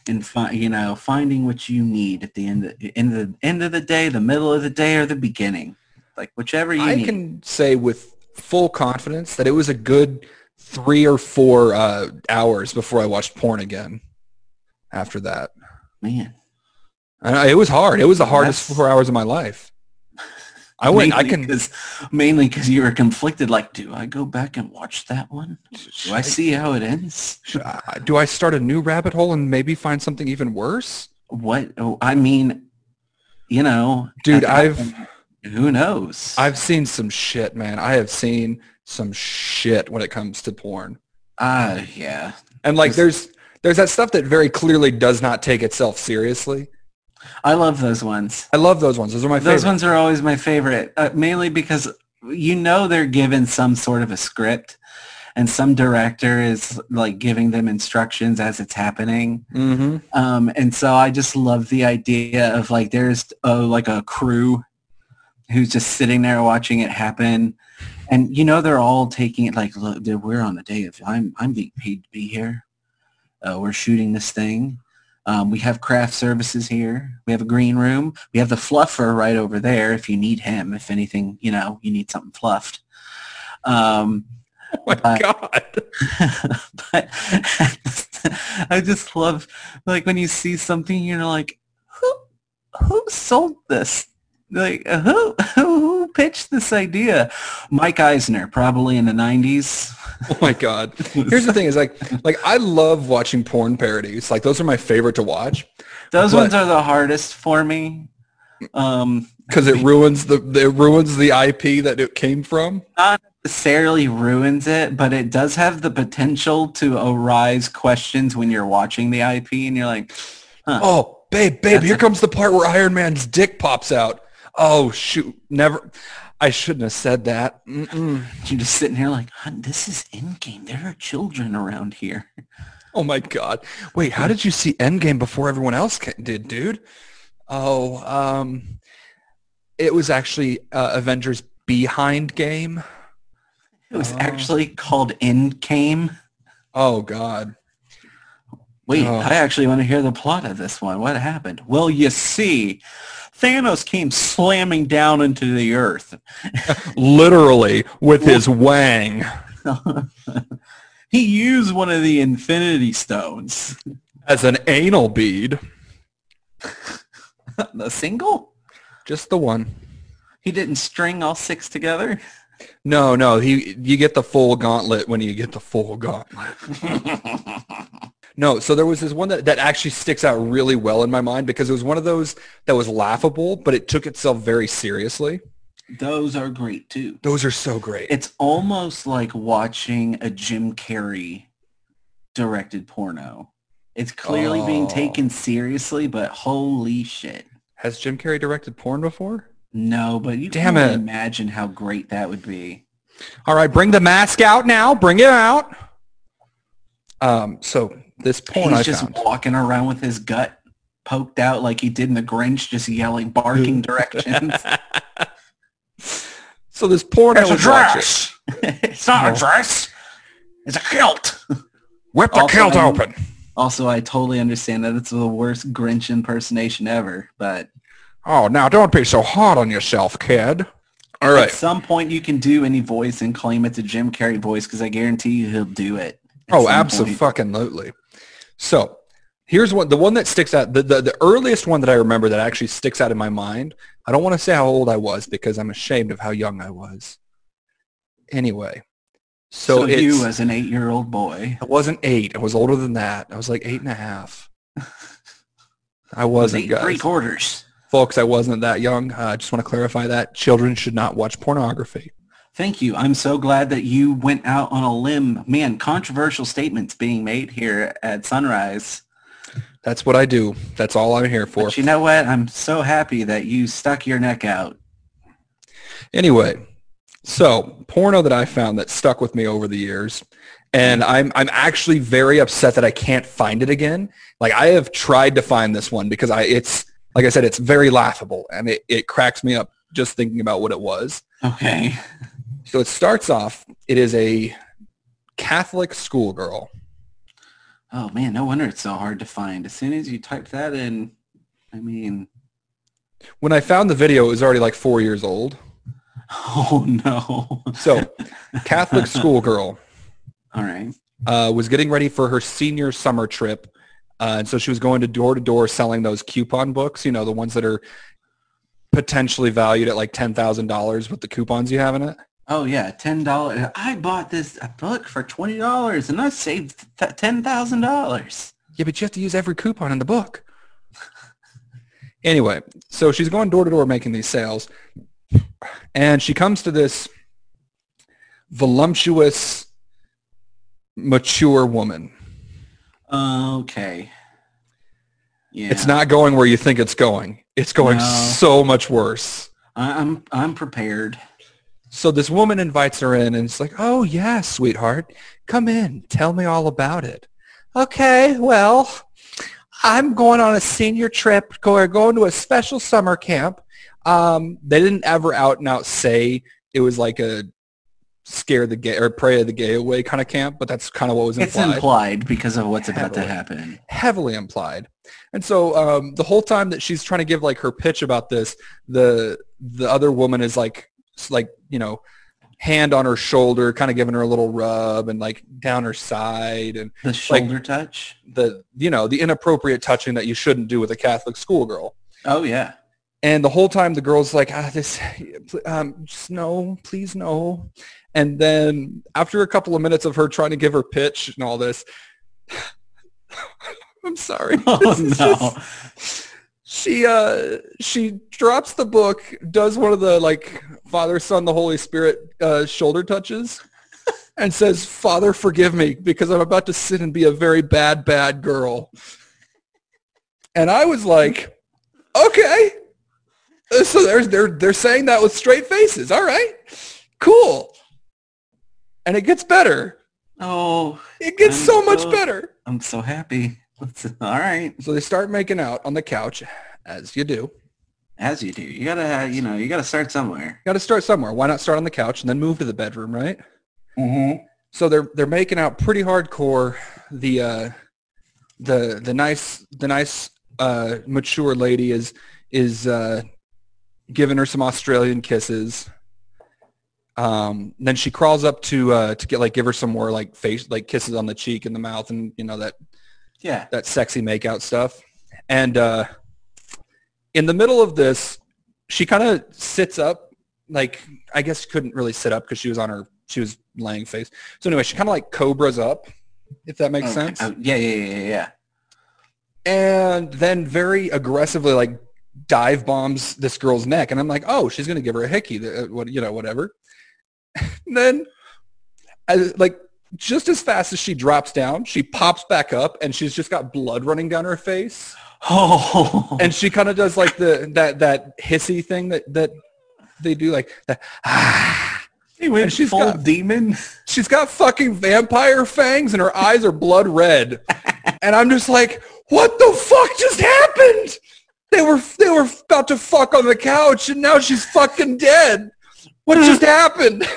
Speaker 3: in fi- you know finding what you need at the end of, in the end of the day, the middle of the day, or the beginning, like whichever you
Speaker 2: I
Speaker 3: need.
Speaker 2: can say with full confidence that it was a good three or four uh, hours before I watched porn again. After that,
Speaker 3: Man,
Speaker 2: and I, it was hard. It was the hardest
Speaker 3: That's-
Speaker 2: four hours of my life.
Speaker 3: <laughs>
Speaker 2: I went. I
Speaker 3: mainly
Speaker 2: can.
Speaker 3: 'cause- mainly because you were conflicted. Like, do I go back and watch that one? Do I see how it ends?
Speaker 2: should I- Uh, do I start a new rabbit hole and maybe find something even worse?
Speaker 3: What? Oh, I mean, you know,
Speaker 2: Dude,
Speaker 3: at that
Speaker 2: I've-
Speaker 3: point, who knows?
Speaker 2: I've seen some shit, man. I have seen some shit when it comes to porn.
Speaker 3: ah yeah.
Speaker 2: And like there's there's that stuff that very clearly does not take itself seriously.
Speaker 3: I love those ones.
Speaker 2: I love those ones. Those are my
Speaker 3: Those
Speaker 2: favorite.
Speaker 3: ones are always my favorite, uh, mainly because you know they're given some sort of a script, and some director is like giving them instructions as it's happening.
Speaker 2: mm-hmm. <laughs>
Speaker 3: Um, and so I just love the idea of like there's uh like a crew who's just sitting there watching it happen, and you know they're all taking it like look, dude, we're on the day of I'm I'm being paid to be here. Uh, we're shooting this thing. Um, we have craft services here. We have a green room. We have the fluffer right over there if you need him. If anything, you know, you need something fluffed. Um,
Speaker 2: Oh my
Speaker 3: Uh,
Speaker 2: god.
Speaker 3: <laughs> but I just love like when you see something you're like who who sold this like who who pitched this idea Mike Eisner probably in the 90s
Speaker 2: Oh my god. Here's the thing is like like I love watching porn parodies. Like those are my favorite to watch
Speaker 3: those
Speaker 2: But-
Speaker 3: ones are the hardest for me um
Speaker 2: cuz it ruins the it ruins the IP that it came from.
Speaker 3: necessarily ruins it but it does have the potential to arise questions when you're watching the IP and you're like
Speaker 2: Oh, babe, babe, here comes the part where Iron Man's dick pops out. Oh shoot, never I shouldn't have said that. Mm-mm.
Speaker 3: you're just sitting here like "Hun, this is endgame there are children around here
Speaker 2: Oh my god. Wait, how did you see Endgame before everyone else ca- did, dude? Oh, um it was actually uh, Avengers Behind Game.
Speaker 3: It was
Speaker 2: Oh.
Speaker 3: actually called End Came.
Speaker 2: Oh god.
Speaker 3: Wait,
Speaker 2: Oh.
Speaker 3: I actually want to hear the plot of this one. What happened? Well, you see, Thanos came slamming down into the earth.
Speaker 2: literally with his wang.
Speaker 3: He used one of the Infinity Stones. <laughs>
Speaker 2: As an anal bead.
Speaker 3: the single?
Speaker 2: Just the one.
Speaker 3: He didn't string all
Speaker 2: <laughs>
Speaker 3: six together?
Speaker 2: No, no, he you get the full gauntlet when you get the full gauntlet. no, so there was this one that, that actually sticks out really well in my mind because it was one of those that was laughable, but it took itself very seriously.
Speaker 3: Those are great, too.
Speaker 2: Those are so great.
Speaker 3: It's almost like watching a Jim Carrey directed porno. It's clearly being
Speaker 2: Oh.
Speaker 3: taken seriously, but holy shit.
Speaker 2: Has Jim Carrey directed porn before?
Speaker 3: No, but you
Speaker 2: Damn
Speaker 3: can only
Speaker 2: it.
Speaker 3: imagine how great that would be.
Speaker 2: All right, bring the mask out now. Bring it out. Um, so this porn
Speaker 3: He's
Speaker 2: I
Speaker 3: just
Speaker 2: found.
Speaker 3: walking around with his gut poked out like he did in the Grinch, just yelling,
Speaker 2: <laughs>
Speaker 3: barking directions.
Speaker 2: So this porn I was watching.
Speaker 3: it's not a <laughs> dress. It's a kilt.
Speaker 2: Whip
Speaker 3: the kilt open. Also, I totally understand that it's the worst Grinch impersonation ever, but
Speaker 2: Oh, now don't be so hard on yourself, kid. All
Speaker 3: at
Speaker 2: right.
Speaker 3: some point you can do any voice and claim it's a Jim Carrey voice because I guarantee you he'll do it. at
Speaker 2: Oh,
Speaker 3: some point.
Speaker 2: absolutely. So here's one. The one that sticks out, the, the, the earliest one that I remember that actually sticks out in my mind. I don't want to say how old I was because I'm ashamed of how young I was. Anyway, so,
Speaker 3: So,
Speaker 2: it's,
Speaker 3: you as an eight-year-old boy.
Speaker 2: I wasn't eight. I was older than that. I was like eight and a half. I
Speaker 3: Was
Speaker 2: wasn't,
Speaker 3: eight, three
Speaker 2: guys.
Speaker 3: quarters.
Speaker 2: Folks, I wasn't that young. Uh, I just want to clarify that. Children should not watch pornography.
Speaker 3: Thank you. I'm so glad that you went out on a limb. Man, controversial statements being made here at Sunrise.
Speaker 2: That's what I do. That's all I'm here for.
Speaker 3: But you know what? I'm so happy that you stuck your neck out.
Speaker 2: Anyway, so porno that I found that stuck with me over the years, and I'm I'm actually very upset that I can't find it again. Like I have tried to find this one because I it's like I said, it's very laughable and it, it cracks me up just thinking about what it was.
Speaker 3: Okay.
Speaker 2: So it starts off, it is a Catholic schoolgirl.
Speaker 3: Oh man, no wonder it's so hard to find. As soon as you type that in, I mean, <laughs>
Speaker 2: When I found the video, it was already like four years old.
Speaker 3: oh no.
Speaker 2: So Catholic schoolgirl
Speaker 3: All right.
Speaker 2: uh, was getting ready for her senior summer trip. Uh, and so she was going to door to door selling those coupon books, you know, the ones that are potentially valued at like $10,000 with the coupons you have in it.
Speaker 3: Oh yeah, ten dollars. I bought this book for twenty dollars, and I saved th- ten thousand dollars.
Speaker 2: Yeah, but you have to use every coupon in the book. <laughs> anyway, so she's going door to door making these sales, and she comes to this voluptuous, mature woman.
Speaker 3: Okay. Yeah.
Speaker 2: It's not going where you think it's going. It's going
Speaker 3: No.
Speaker 2: so much worse.
Speaker 3: I, I'm I'm prepared.
Speaker 2: So this woman invites her in, and it's like, "Oh yeah, sweetheart, come in. Tell me all about it." Okay, well, I'm going on a senior trip. go- We're going to a special summer camp. Um, they didn't ever out and out say it was like a scare the gay or pray the gay away kind of camp, but that's kind of what was
Speaker 3: It's
Speaker 2: implied
Speaker 3: implied because of what's about to
Speaker 2: Heavily.
Speaker 3: happen.
Speaker 2: heavily implied. And so um, the whole time that she's trying to give like her pitch about this, the the other woman is like s- like you know hand on her shoulder, kind of giving her a little rub and like down her side and
Speaker 3: The shoulder touch.
Speaker 2: the you know the inappropriate touching that you shouldn't do with a Catholic schoolgirl.
Speaker 3: Oh yeah. <laughs>
Speaker 2: And the whole time the girl's like, ah, this, um, just no, please no. And then after a couple of minutes of her trying to give her pitch and all this, <sighs> I'm sorry.
Speaker 3: Oh
Speaker 2: <laughs> This is just-
Speaker 3: no.
Speaker 2: she uh she drops the book does one of the like father son the holy spirit uh, shoulder touches and says father forgive me because i'm about to sin and be a very bad bad girl and i was like okay Uh, so they're, they're, they're saying that with straight faces all right cool and it gets better
Speaker 3: Oh,
Speaker 2: it gets
Speaker 3: I'm
Speaker 2: so much
Speaker 3: so-
Speaker 2: better
Speaker 3: I'm so happy. <laughs> all right.
Speaker 2: so they start making out on the couch as you do
Speaker 3: As you do. You gotta, uh, you know, you gotta start somewhere.
Speaker 2: Got to start somewhere. Why not start on the couch and then move to the bedroom, right?
Speaker 3: Mm-hmm.
Speaker 2: So they're they're making out pretty hardcore. The uh, the the nice the nice uh, mature lady is is uh, giving her some Australian kisses. Um, then she crawls up to uh, to get like give her some more like face like kisses on the cheek and the mouth and you know that
Speaker 3: Yeah.
Speaker 2: that sexy makeout stuff. And uh, in the middle of this, she kind of sits up. Like I guess she couldn't really sit up because she was on her she was laying face. So anyway, she kind of like cobras up, if that makes
Speaker 3: Okay.
Speaker 2: sense.
Speaker 3: Oh, yeah, yeah, yeah, yeah, yeah.
Speaker 2: And then very aggressively like dive bombs this girl's neck, and I'm like, oh, she's gonna give her a hickey, th- uh, what you know, whatever. <laughs> And then, as, like just as fast as she drops down, she pops back up, and she's just got blood running down her face.
Speaker 3: Oh.
Speaker 2: and she kind of does like the that that hissy thing that that they do like that. Ah.
Speaker 3: she went
Speaker 2: and she's
Speaker 3: full
Speaker 2: got-
Speaker 3: demon.
Speaker 2: She's got fucking vampire fangs and her eyes are blood red, and I'm just like, what the fuck just happened? They were they were about to fuck on the couch, and now she's fucking dead. What just happened? <laughs>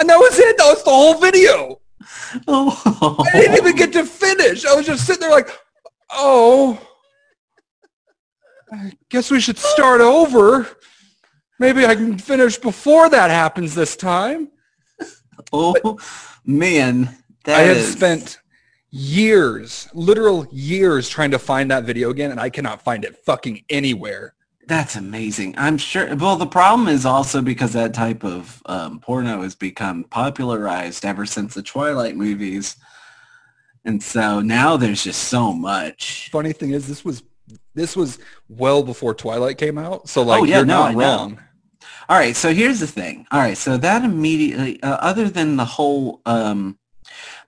Speaker 2: And that was it. That was the whole video.
Speaker 3: <laughs> Oh.
Speaker 2: I didn't even get to finish. I was just sitting there like, oh, I guess we should start over. Maybe I can finish before that happens this time.
Speaker 3: Oh man, that
Speaker 2: I have
Speaker 3: is-
Speaker 2: spent years, literal years trying to find that video again and I cannot find it fucking anywhere.
Speaker 3: That's amazing. I'm sure. Well, the problem is also because that type of um, porno has become popularized ever since the Twilight movies, and so now there's just so much.
Speaker 2: Funny thing is this was this was well before Twilight came out. So like
Speaker 3: Oh, yeah,
Speaker 2: you're
Speaker 3: no,
Speaker 2: not
Speaker 3: I know.
Speaker 2: wrong.
Speaker 3: All right, so here's the thing. All right, so that immediately, uh, other than the whole, um,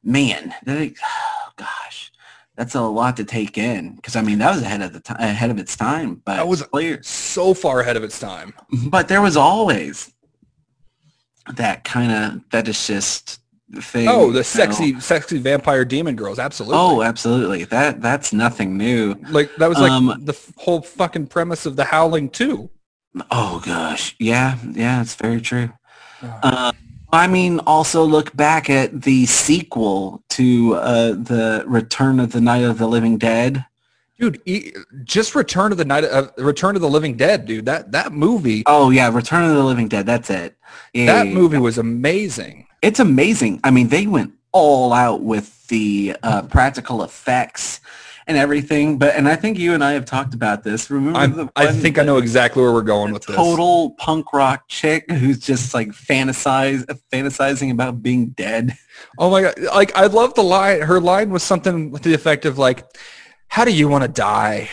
Speaker 3: man, that, oh, gosh, that's a lot to take in because I mean that was ahead of the time, ahead of its time, but
Speaker 2: That was-
Speaker 3: clear.
Speaker 2: So far ahead of its time.
Speaker 3: but there was always that kind of fetishist thing.
Speaker 2: Oh, the
Speaker 3: now.
Speaker 2: sexy, sexy vampire demon girls. Absolutely.
Speaker 3: Oh, absolutely. That that's nothing new.
Speaker 2: like that was like
Speaker 3: um,
Speaker 2: the f- whole fucking premise of the Howling too.
Speaker 3: Oh gosh, yeah, yeah, it's very true. Uh, I mean, also look back at the sequel to uh, the Return of the Night of the Living Dead.
Speaker 2: Dude, e- just Return of the Night, uh, Return of the Living Dead, dude. That that movie,
Speaker 3: Oh yeah, Return of the Living Dead. That's it. Yeah,
Speaker 2: that
Speaker 3: yeah,
Speaker 2: movie was amazing.
Speaker 3: it's amazing. I mean, they went all out with the uh, practical effects and everything. But and I think you and I have talked about this. Remember
Speaker 2: I'm,
Speaker 3: the
Speaker 2: I
Speaker 3: one-
Speaker 2: think I know exactly where we're going with this.
Speaker 3: total punk rock chick who's just like fantasize fantasizing about being dead.
Speaker 2: Oh my god! Like I love the line. Her line was something to the effect of like, "How do you want to die?"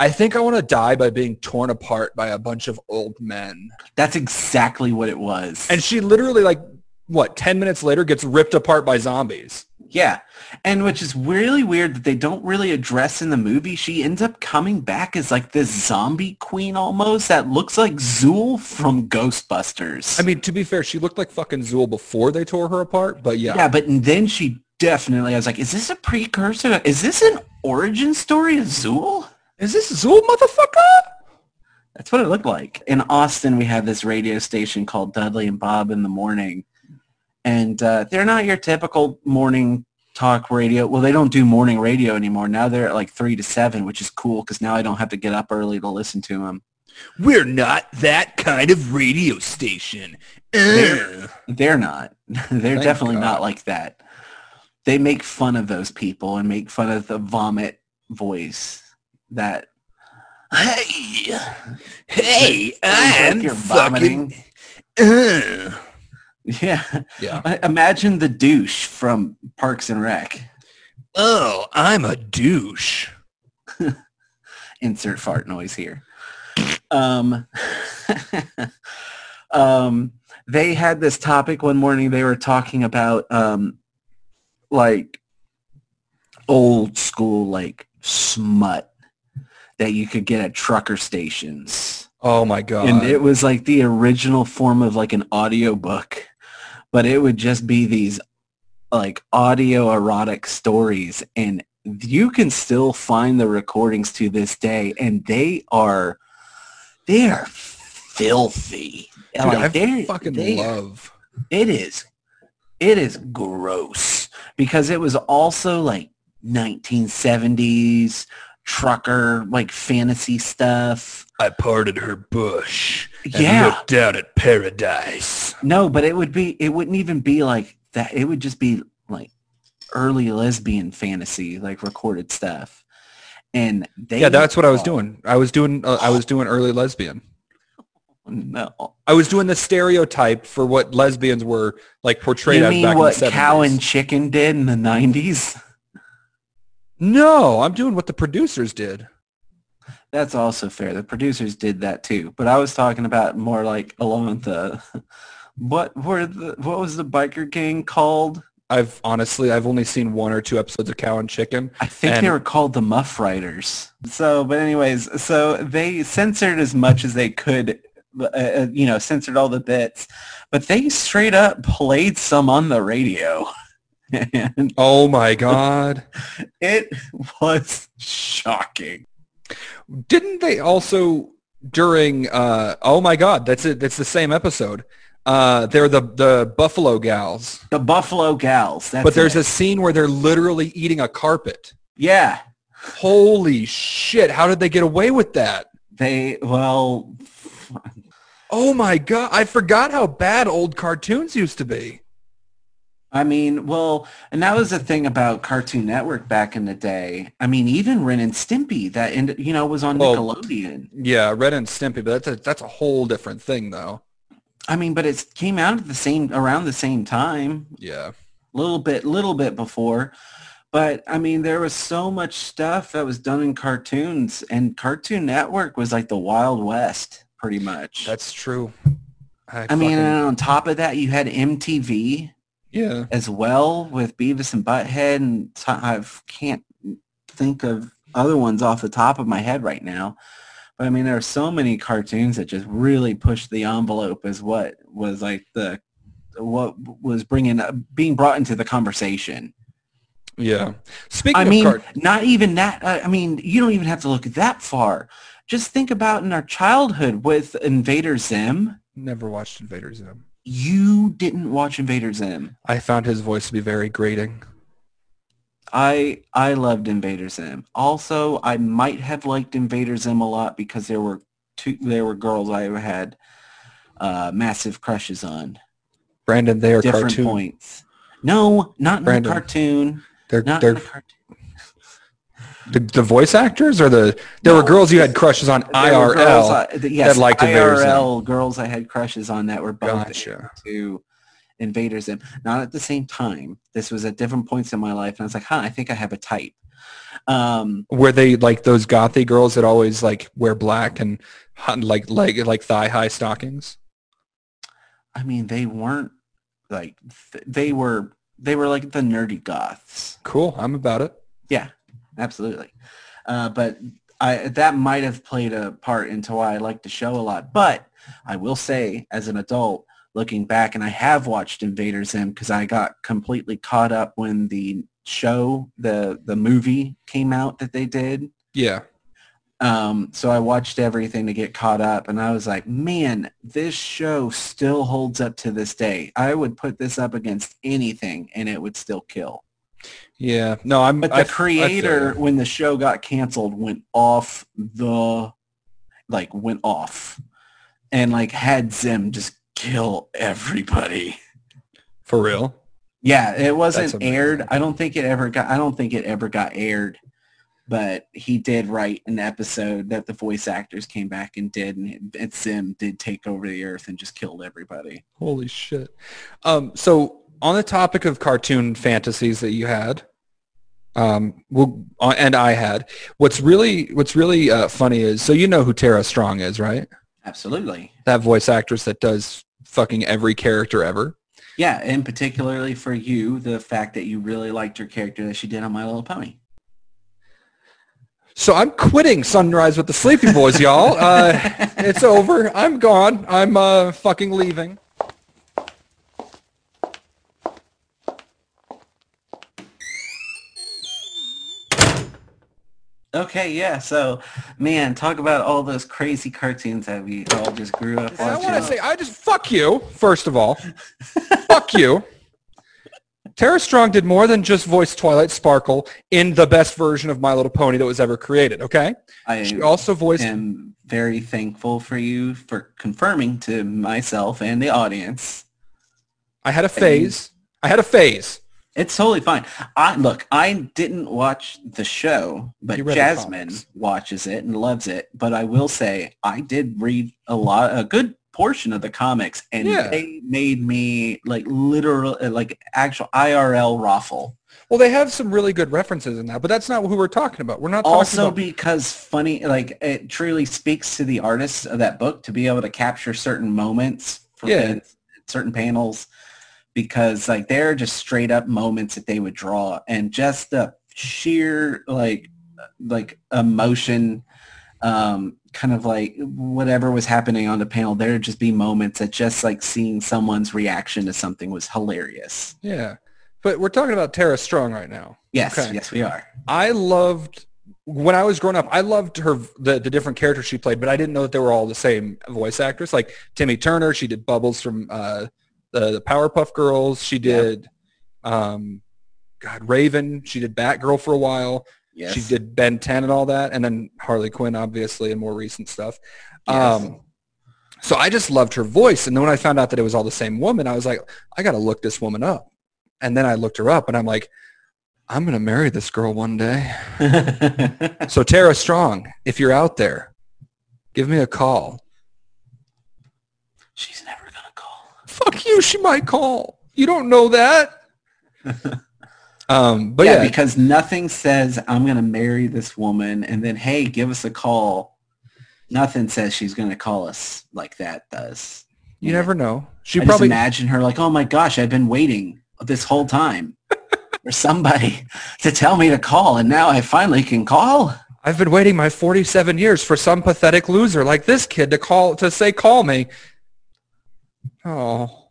Speaker 2: I think I want to die by being torn apart by a bunch of old men.
Speaker 3: That's exactly what it was.
Speaker 2: And she literally, like, what, 10 minutes later gets ripped apart by zombies.
Speaker 3: yeah. And which is really weird that they don't really address in the movie. She ends up coming back as like this zombie queen almost that looks like Zool from Ghostbusters.
Speaker 2: I mean, to be fair, she looked like fucking Zool before they tore her apart, but yeah.
Speaker 3: yeah, but then she definitely I was like, is this a precursor? Is this an origin story of Zool?
Speaker 2: Is this Zool, motherfucker?
Speaker 3: That's what it looked like. In Austin, we have this radio station called Dudley and Bob in the Morning. And uh, they're not your typical morning talk radio. Well, they don't do morning radio anymore. Now they're at like 3 to 7, which is cool because now I don't have to get up early to listen to them.
Speaker 2: We're not that kind of radio station.
Speaker 3: They're, they're not. <laughs> they're
Speaker 2: Thank
Speaker 3: definitely
Speaker 2: God.
Speaker 3: not like that. They make fun of those people and make fun of the vomit voice that, hey,
Speaker 2: Hey,
Speaker 3: I'm you're vomiting. <laughs> yeah.
Speaker 2: Yeah.
Speaker 3: I- Imagine the douche from Parks and Rec.
Speaker 2: Oh, I'm a douche.
Speaker 3: Insert fart noise here. Um, <laughs> um, they had this topic one morning. They were talking about um, like old school like smut that you could get at trucker stations.
Speaker 2: Oh my god.
Speaker 3: and it was like the original form of like an audiobook but it would just be these like audio erotic stories and you can still find the recordings to this day and they are they are filthy
Speaker 2: Dude,
Speaker 3: Like,
Speaker 2: I
Speaker 3: they're-
Speaker 2: fucking
Speaker 3: they are-
Speaker 2: love.
Speaker 3: it is it is gross because it was also like 1970s trucker like fantasy stuff
Speaker 2: I parted her bush
Speaker 3: Yeah.
Speaker 2: down at paradise.
Speaker 3: No, but it would be it wouldn't even be like that. It would just be like early lesbian fantasy, like recorded stuff. And they
Speaker 2: Yeah, that's what I was doing. I was doing uh, I was doing early lesbian.
Speaker 3: Oh, No.
Speaker 2: I was doing the stereotype for what lesbians were like portrayed
Speaker 3: You
Speaker 2: as
Speaker 3: mean
Speaker 2: back
Speaker 3: what
Speaker 2: in the 70s.
Speaker 3: Cow and Chicken did in the 90s?
Speaker 2: no, I'm doing what the producers did.
Speaker 3: <laughs> That's also fair. The producers did that too. But I was talking about more like along the <laughs> what were the what was the biker gang called?
Speaker 2: I've honestly I've only seen one or two episodes of Cow and Chicken.
Speaker 3: I think they
Speaker 2: And-
Speaker 3: were called the Muff Riders. So, but anyways, so they censored as much as they could, uh, uh, you know, censored all the bits, but they straight up played some on the radio. <laughs> and
Speaker 2: Oh my god.
Speaker 3: it was shocking.
Speaker 2: Didn't they also during uh oh my god, that's it that's the same episode. Uh they're the the Buffalo gals.
Speaker 3: The Buffalo Gals. That's
Speaker 2: but there's
Speaker 3: it.
Speaker 2: a scene where they're literally eating a carpet.
Speaker 3: yeah.
Speaker 2: Holy shit, how did they get away with that?
Speaker 3: They well,
Speaker 2: Oh my god, I forgot how bad old cartoons used to be.
Speaker 3: I mean, well, and that was the thing about Cartoon Network back in the day. I mean, even Ren and Stimpy that end, you know was on
Speaker 2: Well,
Speaker 3: Nickelodeon.
Speaker 2: Yeah, Red and Stimpy, but that's a, that's a whole different thing though.
Speaker 3: I mean, but it came out at the same around the same time,
Speaker 2: Yeah.
Speaker 3: little bit, little bit before. But I mean, there was so much stuff that was done in cartoons, and Cartoon Network was like the Wild West, pretty much.
Speaker 2: That's true. I,
Speaker 3: I
Speaker 2: fucking-
Speaker 3: mean, uh, and on top of that, you had MTV
Speaker 2: yeah.
Speaker 3: as well with Beavis and Butthead, and t- I can't think of other ones off the top of my head right now. But I mean, there are so many cartoons that just really pushed the envelope as what was like the what was bringing being brought into the conversation.
Speaker 2: Yeah. Speaking
Speaker 3: I
Speaker 2: of
Speaker 3: mean,
Speaker 2: cart-
Speaker 3: not even that. uh, I I mean, you don't even have to look that far. Just think about in our childhood with Invader Zim.
Speaker 2: never watched Invader Zim.
Speaker 3: You didn't watch Invader Zim.
Speaker 2: I found his voice to be very grating.
Speaker 3: I I loved Invader Zim. Also, I might have liked Invader Zim a lot because there were two there were girls I had uh, massive crushes on.
Speaker 2: Brandon, they are
Speaker 3: Different
Speaker 2: cartoon.
Speaker 3: points. No, not in
Speaker 2: Brandon.
Speaker 3: the cartoon.
Speaker 2: They're
Speaker 3: Not in
Speaker 2: they're
Speaker 3: the cartoon.
Speaker 2: the, the voice actors or the there were
Speaker 3: No,
Speaker 2: girls you had crushes on
Speaker 3: There were girls
Speaker 2: IRL.
Speaker 3: I, th- yes,
Speaker 2: liked Invader Zim.
Speaker 3: IRL girls I had crushes on that were both
Speaker 2: Gotcha.
Speaker 3: to Invader Zim. Not at the same time. This was at different points in my life, and I was like, huh, I think I have a type. Um,
Speaker 2: Were they like those gothy girls that always like wear black and hun- like leg like thigh high stockings?
Speaker 3: I mean, they weren't like th- they were they were like the nerdy goths.
Speaker 2: Cool, I'm about it.
Speaker 3: Absolutely. Uh, but I, that might have played a part into why I like the show a lot. But I will say, as an adult, looking back, and I have watched Invader Zim because I got completely caught up when the show, the the movie came out that they did.
Speaker 2: Yeah.
Speaker 3: Um, so I watched everything to get caught up, and I was like, man, this show still holds up to this day. I would put this up against anything, and it would still kill.
Speaker 2: Yeah. No, I'm
Speaker 3: But the
Speaker 2: I- I feel
Speaker 3: creator,
Speaker 2: you.
Speaker 3: when the show got canceled, went off the, like went off, and like had Zim just kill everybody.
Speaker 2: for real.
Speaker 3: Yeah, it
Speaker 2: That's
Speaker 3: wasn't
Speaker 2: amazing.
Speaker 3: aired. I don't think it ever got. I don't think it ever got aired. But he did write an episode that the voice actors came back and did, and, and Zim did take over the earth and just killed everybody.
Speaker 2: Holy shit. Um, so on the topic of cartoon fantasies that you had, um, well, uh, and I had, what's really what's really uh, funny is so you know who Tara Strong is, right?
Speaker 3: Absolutely.
Speaker 2: That voice actress that does fucking every character ever.
Speaker 3: Yeah, and particularly for you, the fact that you really liked her character that she did on My Little Pony.
Speaker 2: So I'm quitting Sunrise with the Sleepy Boys, y'all. Uh, <laughs> it's over. I'm gone. I'm uh, fucking leaving.
Speaker 3: <laughs> Okay, yeah. So, man, talk about all those crazy cartoons that we all just grew up
Speaker 2: I
Speaker 3: watching.
Speaker 2: want to say I just fuck you. First of all, fuck you. Tara Strong did more than just voice Twilight Sparkle in the best version of My Little Pony that was ever created. Okay, she
Speaker 3: I
Speaker 2: also voiced.
Speaker 3: am very thankful for you for confirming to myself and the audience.
Speaker 2: I had a phase. I had a phase.
Speaker 3: It's totally fine. I look, I didn't watch the show, but
Speaker 2: You read the
Speaker 3: Jasmine
Speaker 2: comics.
Speaker 3: watches it and loves it. But I will say I did read a lot a good portion of the comics and
Speaker 2: Yeah.
Speaker 3: they made me like literal like actual IRL raffle.
Speaker 2: Well, they have some really good references in that, but that's not who we're talking about. We're not talking
Speaker 3: also
Speaker 2: about.
Speaker 3: because funny like it truly speaks to the artists of that book to be able to capture certain moments from
Speaker 2: Yeah.
Speaker 3: the- certain panels because like they're just straight up moments that they would draw and just the sheer like like emotion um kind of like whatever was happening on the panel there'd just be moments that just like seeing someone's reaction to something was hilarious
Speaker 2: Yeah, but we're talking about Tara Strong right now.
Speaker 3: yes
Speaker 2: Okay.
Speaker 3: yes we are
Speaker 2: I loved when I was growing up. I loved her the, the different characters she played, but I didn't know that they were all the same voice actress. Like Timmy Turner, she did Bubbles from uh, the, the Powerpuff Girls. She did, um, God, Raven. She did Batgirl for a while.
Speaker 3: yes
Speaker 2: She did <laughs> Ben 10 and all that, and then Harley Quinn, obviously, and more recent stuff.
Speaker 3: Yes.
Speaker 2: Um, so I just loved her voice. And then when I found out that it was all the same woman, I was like, I got to look this woman up. And then I looked her up, and I'm like, I'm going to marry this girl one day. So Tara Strong, if you're out there, give me a call.
Speaker 3: <laughs> she's never gonna call
Speaker 2: Fuck you, she might call. You don't know
Speaker 3: <laughs>
Speaker 2: that. um, but
Speaker 3: yeah,
Speaker 2: yeah,
Speaker 3: because nothing says I'm going to marry this woman and then hey, give us a call. Nothing says she's going to call us like that does.
Speaker 2: you never know. She
Speaker 3: I just
Speaker 2: probably
Speaker 3: imagine her like, "Oh my gosh, I've been waiting this
Speaker 2: <laughs>
Speaker 3: whole time for somebody to tell me to call and now I finally can call." <laughs>
Speaker 2: I've been waiting my 47 years for some pathetic loser like this kid to call to say call me. Oh.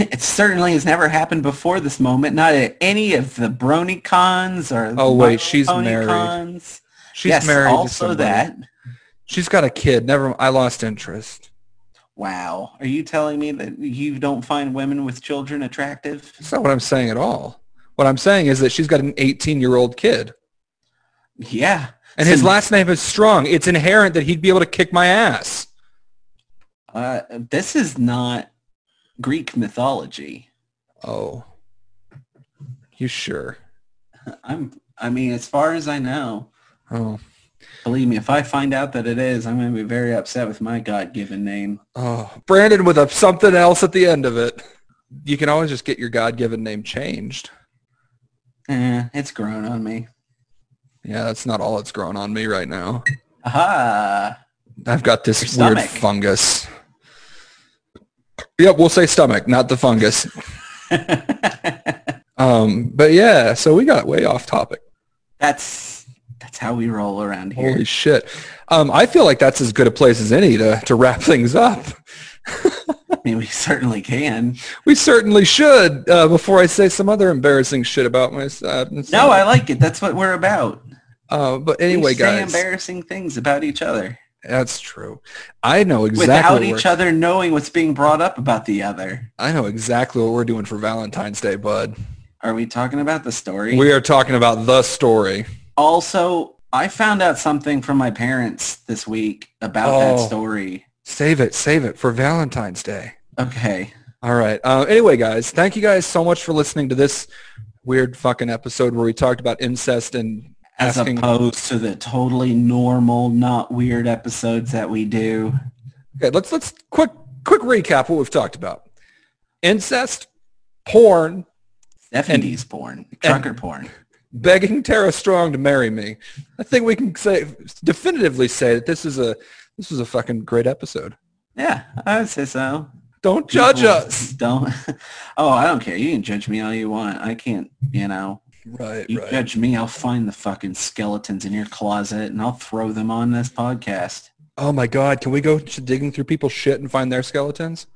Speaker 3: It certainly has never happened before this moment, not at any of the brony cons or
Speaker 2: Oh, wait,
Speaker 3: Milo
Speaker 2: she's
Speaker 3: Pony
Speaker 2: married.
Speaker 3: Cons.
Speaker 2: She's
Speaker 3: yes,
Speaker 2: married to
Speaker 3: also
Speaker 2: somebody.
Speaker 3: that.
Speaker 2: She's got a kid. Never. I lost interest.
Speaker 3: Wow. Are you telling me that you don't find women with children attractive?
Speaker 2: That's not what I'm saying at all. What I'm saying is that she's got an 18-year-old kid,
Speaker 3: Yeah.
Speaker 2: and his
Speaker 3: So-
Speaker 2: last name is Strong. It's inherent that he'd be able to kick my ass.
Speaker 3: Uh, this is not Greek mythology.
Speaker 2: Oh, you sure?
Speaker 3: I'm. I mean, as far as I know,
Speaker 2: Oh,
Speaker 3: believe me, if I find out that it is, I'm going to be very upset with my God-given name.
Speaker 2: oh, Brandon with a something else at the end of it. You can always just get your God-given name changed.
Speaker 3: Eh, it's grown on me.
Speaker 2: Yeah, that's not all it's grown on me right now.
Speaker 3: Aha!
Speaker 2: I've got this
Speaker 3: Your
Speaker 2: weird
Speaker 3: stomach.
Speaker 2: fungus. Yep, we'll say stomach, not the
Speaker 3: <laughs>
Speaker 2: fungus. um, but yeah, so we got way off topic.
Speaker 3: That's that's how we roll around here.
Speaker 2: Holy shit. Um, I feel like that's as good a place as any to, to wrap <laughs> things up.
Speaker 3: <laughs> I mean, we
Speaker 2: <laughs>
Speaker 3: certainly can.
Speaker 2: We certainly should uh, before I say some other embarrassing shit about myself.
Speaker 3: No, I like it. That's what we're about.
Speaker 2: Uh, but
Speaker 3: We
Speaker 2: anyway,
Speaker 3: say
Speaker 2: guys,
Speaker 3: embarrassing things about each other
Speaker 2: that's true. I know exactly.
Speaker 3: without
Speaker 2: what we're-
Speaker 3: each other knowing what's being brought up about the other.
Speaker 2: I know exactly what we're doing for Valentine's Day, bud.
Speaker 3: Are we talking about the story?
Speaker 2: We are talking about the story.
Speaker 3: also, I found out something from my parents this week about that
Speaker 2: Oh.
Speaker 3: story.
Speaker 2: Save it, save it for Valentine's Day.
Speaker 3: Okay.
Speaker 2: All right. Uh, anyway, guys, thank you guys so much for listening to this weird fucking episode where we talked about incest and
Speaker 3: As
Speaker 2: asking.
Speaker 3: opposed to the totally normal, not weird episodes that we do.
Speaker 2: Okay, let's let's quick quick recap what we've talked about: incest, porn,
Speaker 3: 70s porn, trucker porn.
Speaker 2: begging Tara Strong to marry me. I think we can say definitively say that this is a this was a fucking great episode.
Speaker 3: Yeah, I would say so.
Speaker 2: Don't judge
Speaker 3: People
Speaker 2: us.
Speaker 3: Don't. <laughs> Oh, I don't care. You can judge me all you want. I can't, you know.
Speaker 2: Right,
Speaker 3: You
Speaker 2: right.
Speaker 3: judge me, I'll find the fucking skeletons in your closet and I'll throw them on this podcast.
Speaker 2: Oh my God, can we go to digging through people's shit and find their skeletons?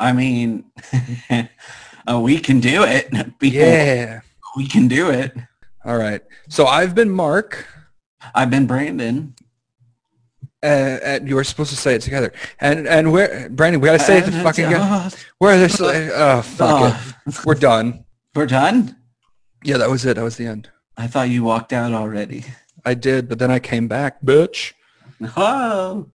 Speaker 3: I mean, <laughs> uh, we can do it. <laughs> People,
Speaker 2: Yeah.
Speaker 3: we can do it.
Speaker 2: All right. So I've been Mark.
Speaker 3: I've been Brandon.
Speaker 2: uh, and you were supposed to say it together. And and where Brandon, we gotta say
Speaker 3: <laughs>
Speaker 2: it the
Speaker 3: And-
Speaker 2: fucking guy.
Speaker 3: oh,
Speaker 2: Where this? Oh fuck it, we're done.
Speaker 3: We're done?
Speaker 2: Yeah, that was it. That was the end.
Speaker 3: I thought you walked out already.
Speaker 2: I did, but then I came back, bitch.
Speaker 3: <laughs> Oh.